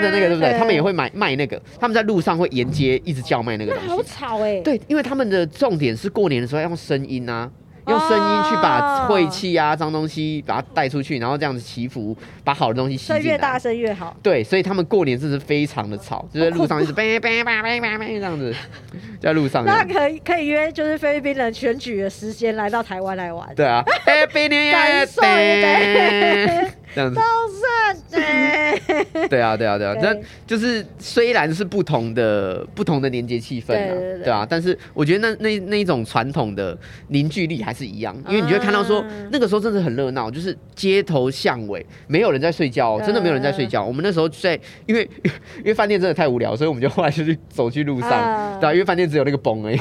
S2: 的那个，对不对？
S1: 对
S2: 他们也会买卖那个，他们在路上会沿街一直叫卖那个
S1: 那好
S2: 东西。
S1: 吵哎、欸。
S2: 对，因为他们的重点是过年的时候要用声音啊。用声音去把
S1: 哦
S2: 晦气啊、脏东西把它带出去，然后这样子祈福，把好的东西吸
S1: 所以
S2: 进
S1: 越大
S2: 来。
S1: 声越好。
S2: 对，所以他们过年真是非常的吵，就在路上一直叭叭叭叭叭叭这样子，就在路上这
S1: 那
S2: 样。
S1: 可以可以约就是菲律宾人选举的时间来到台湾来玩。
S2: 对啊 ，Happy New Year，
S1: 感受一下
S2: 这样子。
S1: 都算 对，
S2: 对啊，对啊，对啊，
S1: 对
S2: 但就是虽然是不同的不同的连接气氛啊，
S1: 对对对
S2: 啊，但是我觉得那那那一种传统的凝聚力还是一样，因为你就会看到说、
S1: 嗯
S2: 那个时候真的很热闹，就是街头巷尾没有人在睡觉、哦，真的没有人在睡觉。我们那时候在因为因为饭店真的太无聊，所以我们就后来就去走去路上，
S1: 嗯
S2: 对啊，因为饭店只有那个崩而已。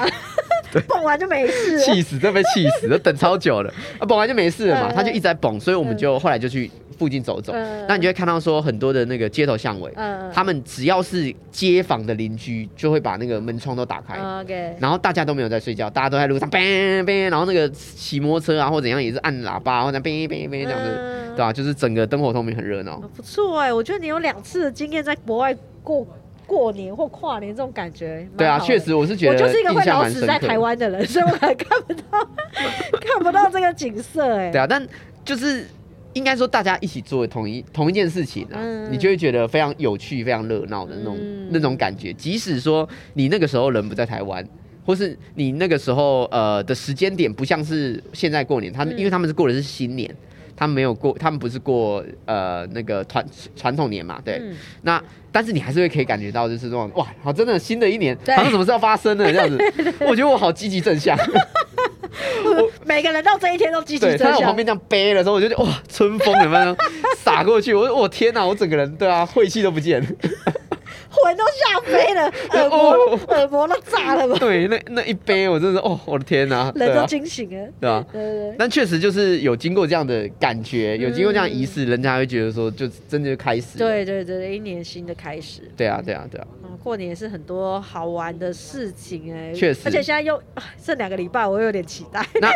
S1: 蹦完就没事了。
S2: 气死，真被气死，等超久了，啊，本来就没事了嘛，
S1: 嗯
S2: 他就一直在蹦，所以我们就后来就去附近走走
S1: 嗯，
S2: 那你就会看到说很多的那个街头巷尾，
S1: 嗯
S2: 他们只要是街坊的邻居，就会把那个门窗都打开。
S1: 嗯，OK，嗯
S2: 然后大家都没有在睡觉，大家都在路上 bang bang，然后那个骑摩托车啊或怎样也是按喇叭，然后在 bang bang bang 这样子，
S1: 嗯
S2: 对啊吧、就是整个灯火通明，很热闹。
S1: 不错哎，我觉得你有两次的经验在国外过过年或跨年这种感觉，蛮
S2: 对啊，
S1: 好的
S2: 确。实我是觉
S1: 我
S2: 得
S1: 就是一个
S2: 印
S1: 会
S2: 象
S1: 老
S2: 蛮
S1: 死
S2: 深
S1: 在
S2: 刻的
S1: 台。湾的人，所以我还看不到看不到这个景色哎。
S2: 对啊，但就是应该说大家一起做同一同一件事情啊，
S1: 嗯
S2: 你就会觉得非常有趣、非常热闹的那种、
S1: 嗯
S2: 那种感觉。即使说你那个时候人不在台湾。或是你那个时候呃的时间点不像是现在过
S1: 嗯
S2: 年，他们、因为他们是过的是新年，他们没有过，他们不是过呃那个传传统年嘛，对。
S1: 嗯
S2: 那但是你还是会可以感觉到就是这种哇，好真的新的一年
S1: 对
S2: 好像什么事要发生了 这样子，我觉得我好积极正向。
S1: 每个人到这一天都积极
S2: 对，
S1: 正
S2: 他在我
S1: 向
S2: 旁边。这样背的时候，我就觉得哇，春风有没有 洒过去？我就我天哪，我整个人对啊，晦气都 不见了。
S1: 魂都吓飞 了，耳膜
S2: 哦
S1: 耳膜都炸了吧，
S2: 对，那那一杯，我真的是哦，我的天 哪，对
S1: 人都
S2: 啊，
S1: 惊醒了。
S2: 对啊。
S1: 对对对，
S2: 但确实就是有经过这样的感觉，有经过这样的仪式，人家会觉得说，就真的就开始。
S1: 对对对，一年新的开始。
S2: 对啊，对啊，对啊，
S1: 嗯，过年也是很多好玩的事情哎、
S2: 确实
S1: 而且现在又啊剩两个礼拜，我有点期待。
S2: 那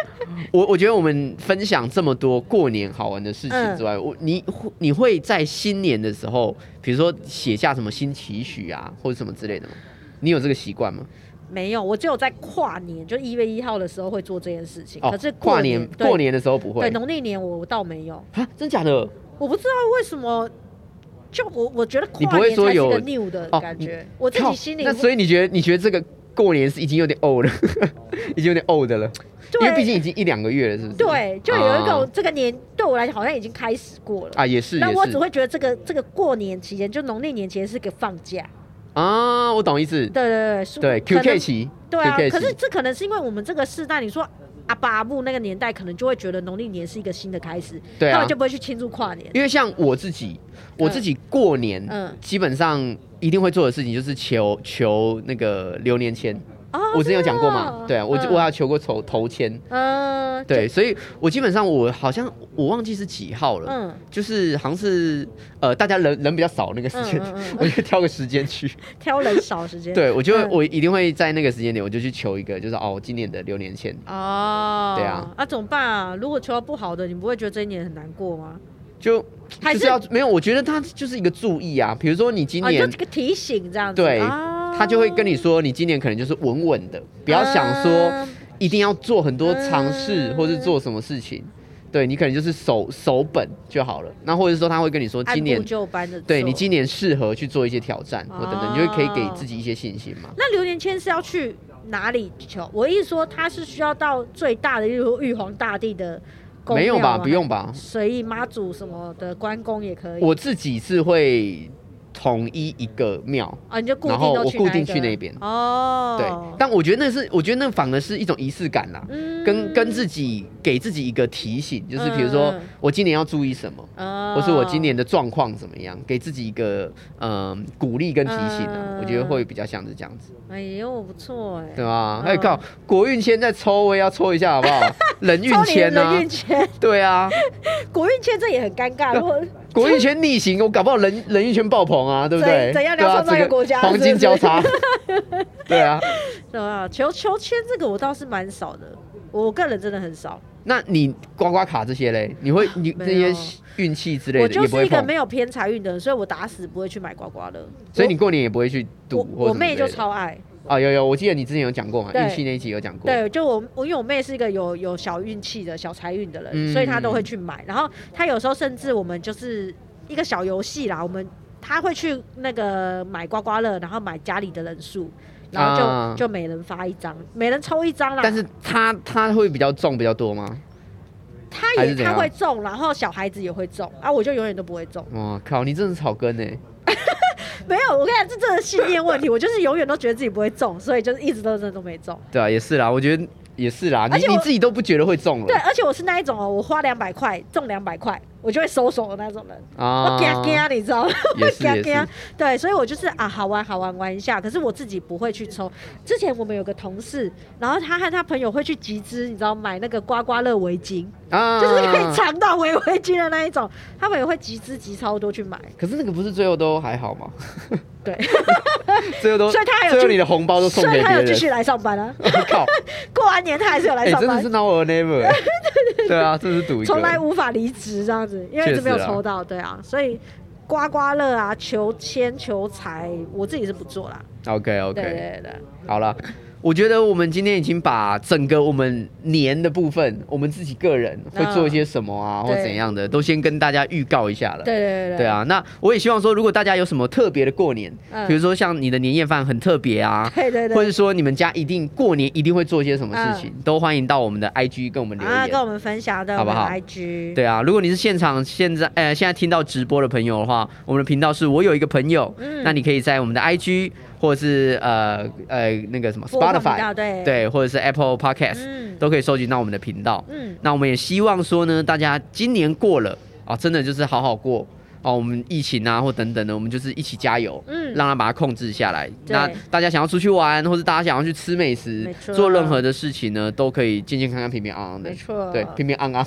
S2: 我我觉得我们分享这么多过年好玩的事情
S1: 嗯
S2: 之外，我你你会在新年的时候，比如说写下什么新期许啊，或者什么之类的吗？你有这个习惯吗？
S1: 没有，我只有在跨年，就一月一号的时候会做这件事情。可是
S2: 哦跨
S1: 年
S2: 年
S1: 对
S2: 过年的时候不会
S1: 对。农历年我倒没有，
S2: 啊，真假的？
S1: 我不知道为什么。就我我觉得
S2: 你
S1: 跨
S2: 不
S1: 年
S2: 会
S1: 才
S2: 说
S1: 是一
S2: 有
S1: 个 new 的
S2: 哦
S1: 感
S2: 你
S1: 觉，我自
S2: 靠
S1: 己心里
S2: 那所以你觉得你觉得这个过年是已经有点 old 了， 已经有点 old 了，因为毕
S1: 对
S2: 竟已经一两个月了，是不是？
S1: 对，就有一种
S2: 啊
S1: 这个年对我来讲好像已经开始过了。
S2: 啊，也是，
S1: 那
S2: 也
S1: 我
S2: 是
S1: 只会觉得这个这个过年期间，就农历年期间是个放假，
S2: 啊，我懂意思，
S1: 对对对
S2: 对
S1: 可能
S2: ，QK 期，
S1: 对啊。
S2: QK
S1: 可是
S2: 期
S1: 这可能是因为我们这个世代，你说阿爸阿木那个年代，可能就会觉得农历年是一个新的开始，
S2: 对
S1: 他
S2: 啊
S1: 们就，不会去庆祝跨年。
S2: 因为像我自己，我自己过年
S1: 嗯
S2: 基本上一定会做的事情就是求求那个流年签，
S1: 啊
S2: 我之前有讲过
S1: 真
S2: 嘛，
S1: 的
S2: 对啊，我
S1: 嗯
S2: 我还有求过头头签，
S1: 嗯，
S2: 对，所以我基本上我好像我忘记是几号了，
S1: 嗯，
S2: 就是好像是呃，大家人人比较少那个时间，
S1: 嗯嗯嗯
S2: 我就挑个时 间去。
S1: 挑人少时间。
S2: 对，我就会
S1: 嗯
S2: 我一定会在那个时间点，我就去求一个，就是哦，我今年的流年签，
S1: 哦，
S2: 对啊，
S1: 那、怎么办啊？如果求到不好的，你不会觉得这一年很难过吗？
S2: 就
S1: 还
S2: 就是是要没有，我觉得它就是一个注意啊，比如说你今
S1: 啊，就
S2: 年。
S1: 这个提醒这样子。
S2: 对，
S1: 啊
S2: 他就会跟你说，你今年可能就是稳稳的，不要想说
S1: 嗯
S2: 一定要做很多尝试，
S1: 嗯
S2: 或是做什么事情。对你可能就是守守本就好了。那或者说他会跟你说，
S1: 按
S2: 今年
S1: 部就班的。
S2: 对你今年适合去做一些挑战或等等，你就会可以给自己一些信心嘛。
S1: 那榴莲签是要去哪里求？我意思说，它是需要到最大的，例如玉皇大帝的宫
S2: 没有
S1: 庙
S2: 吧？
S1: 吗
S2: 不用，吧？
S1: 随意妈祖什么的关公也可以。
S2: 我自己是会统一一个庙，
S1: 啊，你就固定
S2: 然后
S1: 都
S2: 我
S1: 去
S2: 固
S1: 哪一
S2: 定
S1: 个
S2: 去那边
S1: 哦。
S2: 对。但我觉得那是，我觉得那反而是一种仪式感啦，
S1: 嗯
S2: 跟跟自己给自己一个提醒，就是比如
S1: 嗯
S2: 说
S1: 嗯嗯
S2: 我今年要注意什么，
S1: 哦
S2: 或是我今年的状况怎么样，给自己一个嗯、鼓励跟提醒
S1: 嗯嗯
S2: 啊
S1: 嗯，
S2: 我觉得会比较像是这样子，
S1: 哎呦不错哎，
S2: 对吧？
S1: 嗯
S2: 哎靠，国运签再抽，我也要抽一下好不好？ 人运
S1: 抽你
S2: 签
S1: 人
S2: 啊
S1: 运，签，
S2: 对啊，
S1: 国运签这也很尴 尬。如果
S2: 国运圈逆行，我搞不好人人运圈爆棚啊，对不对？
S1: 怎怎样
S2: 对
S1: 聊
S2: 啊，
S1: 创造一
S2: 这
S1: 个国家
S2: 黄
S1: 是
S2: 金
S1: 不是
S2: 交叉，对啊。
S1: 对啊，求求签这个我倒是蛮少的，我个人真的很少。
S2: 那你刮刮卡这些嘞，你会你
S1: 没
S2: 那些
S1: 有
S2: 运气之类
S1: 我
S2: 的
S1: 就
S2: 也不
S1: 是
S2: 会
S1: 一个
S2: 碰
S1: 没，有偏财运的人，所以我打死不会去买刮刮乐。
S2: 所以你过年也不会去赌
S1: 我
S2: 或
S1: 我
S2: 什么
S1: 妹
S2: 之
S1: 就
S2: 类的
S1: 超爱，
S2: 啊，有有，我记得你之前有讲过嘛，
S1: 对
S2: 运气那一集有讲过，
S1: 对，就我我因为我妹是一个有有小运气的小财运的人，
S2: 嗯
S1: 所以她都会去买。然后她有时候甚至我们就是一个小游戏啦，我们她会去那个买刮刮乐，然后买家里的人数，然后就、
S2: 啊
S1: 就每人发一张，每人抽一张啦。
S2: 但是他他会比较中比较多吗？
S1: 他
S2: 还
S1: 也
S2: 是怎
S1: 他
S2: 样
S1: 会中，然后小孩子也会中啊，我就永远都不会中。
S2: 哇哦靠，你真的是草根哎、
S1: 没有，我跟你讲，这真的是信念问题，我就是永远都觉得自己不会中，所以就是一直都真的都没中。
S2: 对啊，也是啦，我觉得也是啦，
S1: 而
S2: 你
S1: 且我
S2: 你自己都不觉得会中了，
S1: 对，而且我是那一种哦，我花两百块中两百块，我就会收手的那种人。
S2: 啊
S1: 我惊惊，你知道吗？
S2: 也
S1: 我
S2: 是也
S1: 惊惊
S2: 是，
S1: 对，所以我就是啊，好玩好玩玩一下。可是我自己不会去抽。之前我们有个同事，然后他和他朋友会去集资，你知道买那个刮刮乐围巾，
S2: 啊
S1: 就是可以尝到围围巾的那一种，他们也会集资集超多去买。
S2: 可是那个不是最后都还好吗？
S1: 对，
S2: 最后都，
S1: 所以他还有
S2: 最后
S1: 去
S2: 你的红哦包都 送
S1: 所
S2: 给
S1: 以
S2: 别
S1: 他有
S2: 人
S1: 继。续来上班啊，
S2: 我 靠，
S1: 过完年他还是有来
S2: 哎、
S1: 上
S2: 真
S1: 班
S2: 的是。now or never，欸对啊，这是赌一个，
S1: 从来无法离职这样子，因为一直没有
S2: 确实啊
S1: 抽到，对啊，所以刮刮乐啊、求签、求财，我自己是不做啦。
S2: OK
S1: 对
S2: OK，
S1: 对对对，
S2: 好了。我觉得我们今天已经把整个我们年的部分，我们自己个人会做一些什么啊，
S1: 嗯
S2: 或
S1: 对
S2: 怎样的，都先跟大家预告一下了。
S1: 对对对
S2: 对，啊，那我也希望说，如果大家有什么特别的过年，
S1: 嗯
S2: 比如说像你的年夜饭很特别 啊，
S1: 对对对
S2: 或者说你们家一定过年一定会做些什么事情，都欢迎到我们的 IG 跟我们留言。
S1: 啊，跟我们分享的
S2: 好不好
S1: 我们的 IG，
S2: 对啊，如果你是现场现在呃现在听到直播的朋友的话，我们的频道是我有一个朋友，
S1: 嗯
S2: 那你可以在我们的 IG 或者是呃呃那个什么
S1: 播放频
S2: Spotify
S1: 道对
S2: 对，或者是 Apple Podcast、
S1: 嗯
S2: 都可以收集到我们的频道。
S1: 嗯，
S2: 那我们也希望说呢，大家今年过了啊，真的就是好好过啊。我们疫情啊或等等的，我们就是一起加油，
S1: 嗯
S2: 让它把它控制下来。
S1: 对
S2: 那大家想要出去玩，或是大家想要去吃美食
S1: 没，错
S2: 做任何的事情呢，都可以健健康康、平平安安的。
S1: 没错
S2: 对，平平 安安，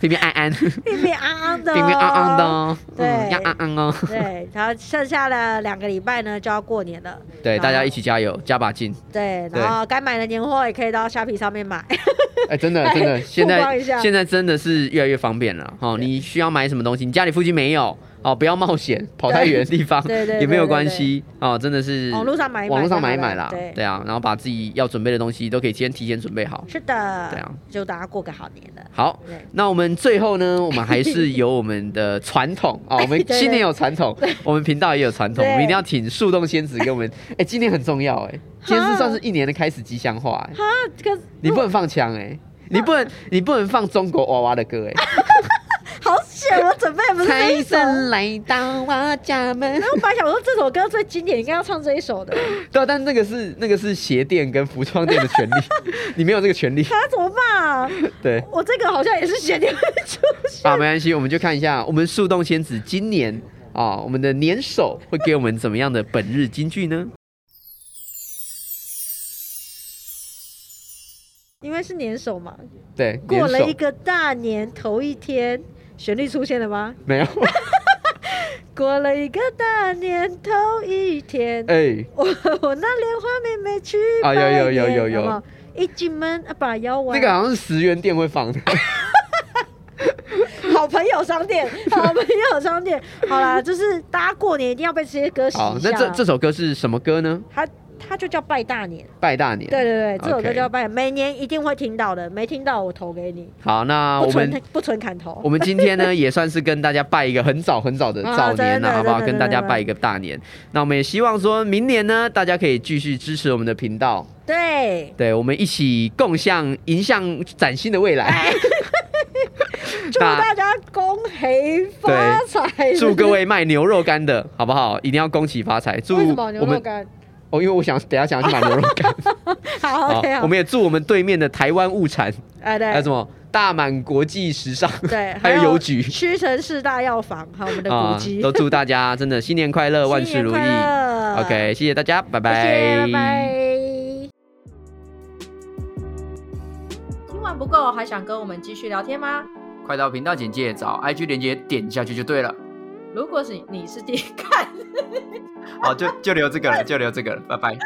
S2: 平平安安，平
S1: 平平安安的、
S2: 平安安的。哦，
S1: 对
S2: 嗯要安安哦。
S1: 对，然后剩下的两个礼拜呢就要过年了，
S2: 对，
S1: 然后
S2: 大家一起加油，加把劲！
S1: 对，
S2: 对
S1: 然后该买的年货也可以到虾皮上面买，
S2: 哎，真的，真的，
S1: 哎
S2: 现
S1: 曝光
S2: 在
S1: 一下
S2: 现在真的是越来越方便了哈、哦。你需要买什么东西，你家里附近没有哦，不要 冒险跑太远的地方，
S1: 对对对
S2: 也没有
S1: 对对
S2: 关系哦。真的是
S1: 网络上买一买
S2: 网络上买一
S1: 就好
S2: 买
S1: 了
S2: 啦，
S1: 对
S2: 对啊，然后把自己要准备的东西都可以先提前准备好。
S1: 是的，
S2: 对啊，
S1: 就大家过个好年了。
S2: 好
S1: 对，
S2: 那我们最后呢，我们还是有我们的传 统啊、我们
S1: 对对
S2: 新年有传统，我们频道也有传统，
S1: 对
S2: 我们一定要请树洞仙子给 我们。哎、今年很重要哎、今天是算是一年的开始吉祥话哎、
S1: 啊，可是
S2: 你不能放枪哎、 你不能你不能放中国娃娃的歌哎、
S1: 好险， 我准备不是这一
S2: 财
S1: 首。
S2: 神来到我 家门
S1: 然。后我本来想说这首歌最经典，应该要唱这一首的，
S2: 对啊，但那个是那个是鞋店跟服装店的 权利，你没有这个权利。
S1: 他怎么办啊？
S2: 对
S1: 我这个好像也是写点会出现。
S2: 啊，没关系，我们就看一下我们树洞仙子今年啊，我们的年首会给我们怎么样的本日金句呢？
S1: 因为是年首嘛，
S2: 对，
S1: 过了
S2: 年首
S1: 一个大年头一天，旋律出现了吗？
S2: 没有？
S1: 过了一个大年头一天，
S2: 哎，
S1: 我我那莲花妹妹去
S2: 啊有
S1: 拜
S2: 有有
S1: 年
S2: 有有
S1: 好不好一进门啊把腰弯，
S2: 那个好像是十元店会放的。
S1: 好朋友商 店，好朋友商店，好啦，就是大家过年一定要被这些歌洗
S2: 好
S1: 一，
S2: 那
S1: 下。
S2: 这这首歌是什么歌呢？
S1: 它它就叫拜大年。
S2: 拜大年。
S1: 对对对，这首
S2: OK
S1: 歌叫拜，每年一定会听到的，没听到我投给你，
S2: 好，那
S1: 不
S2: 啊我
S1: 存
S2: 们
S1: 不存砍头
S2: 我。们今天呢，也算是跟大家拜一个很早很早的
S1: 啊
S2: 早年了、
S1: 真的
S2: 好不好？
S1: 真的
S2: 跟大家
S1: 真的
S2: 拜一个大年。那我们也希望说明年呢，大家可以继续支持我们的频道，
S1: 对，
S2: 对我们一起共向迎向崭新的未来。
S1: 哎祝
S2: 那
S1: 大家恭喜发财！
S2: 祝各位卖牛肉干的好不好？一定要恭喜发财！祝
S1: 为什么
S2: 我
S1: 牛肉
S2: 们
S1: 干？
S2: 哦，因为我想等一下想要去买牛肉干。
S1: 好，OK，好，
S2: 我们也祝我们对面的台湾物产，
S1: 哎对，
S2: 还有什么大满国际时尚，
S1: 对，
S2: 还有邮局
S1: 屈臣氏大药房，还有我们的古籍。
S2: 啊都祝大家真的新年快 乐，万事如意。
S1: 新年快乐
S2: OK，谢谢大家，拜拜，
S1: 谢谢拜拜。听完不够，还想跟我们继续聊天吗？
S2: 快到频道简介找 IG 连接点下去就对了。
S1: 如果是你是第一看。
S2: 好，就就留这个了，就留这个了，拜拜。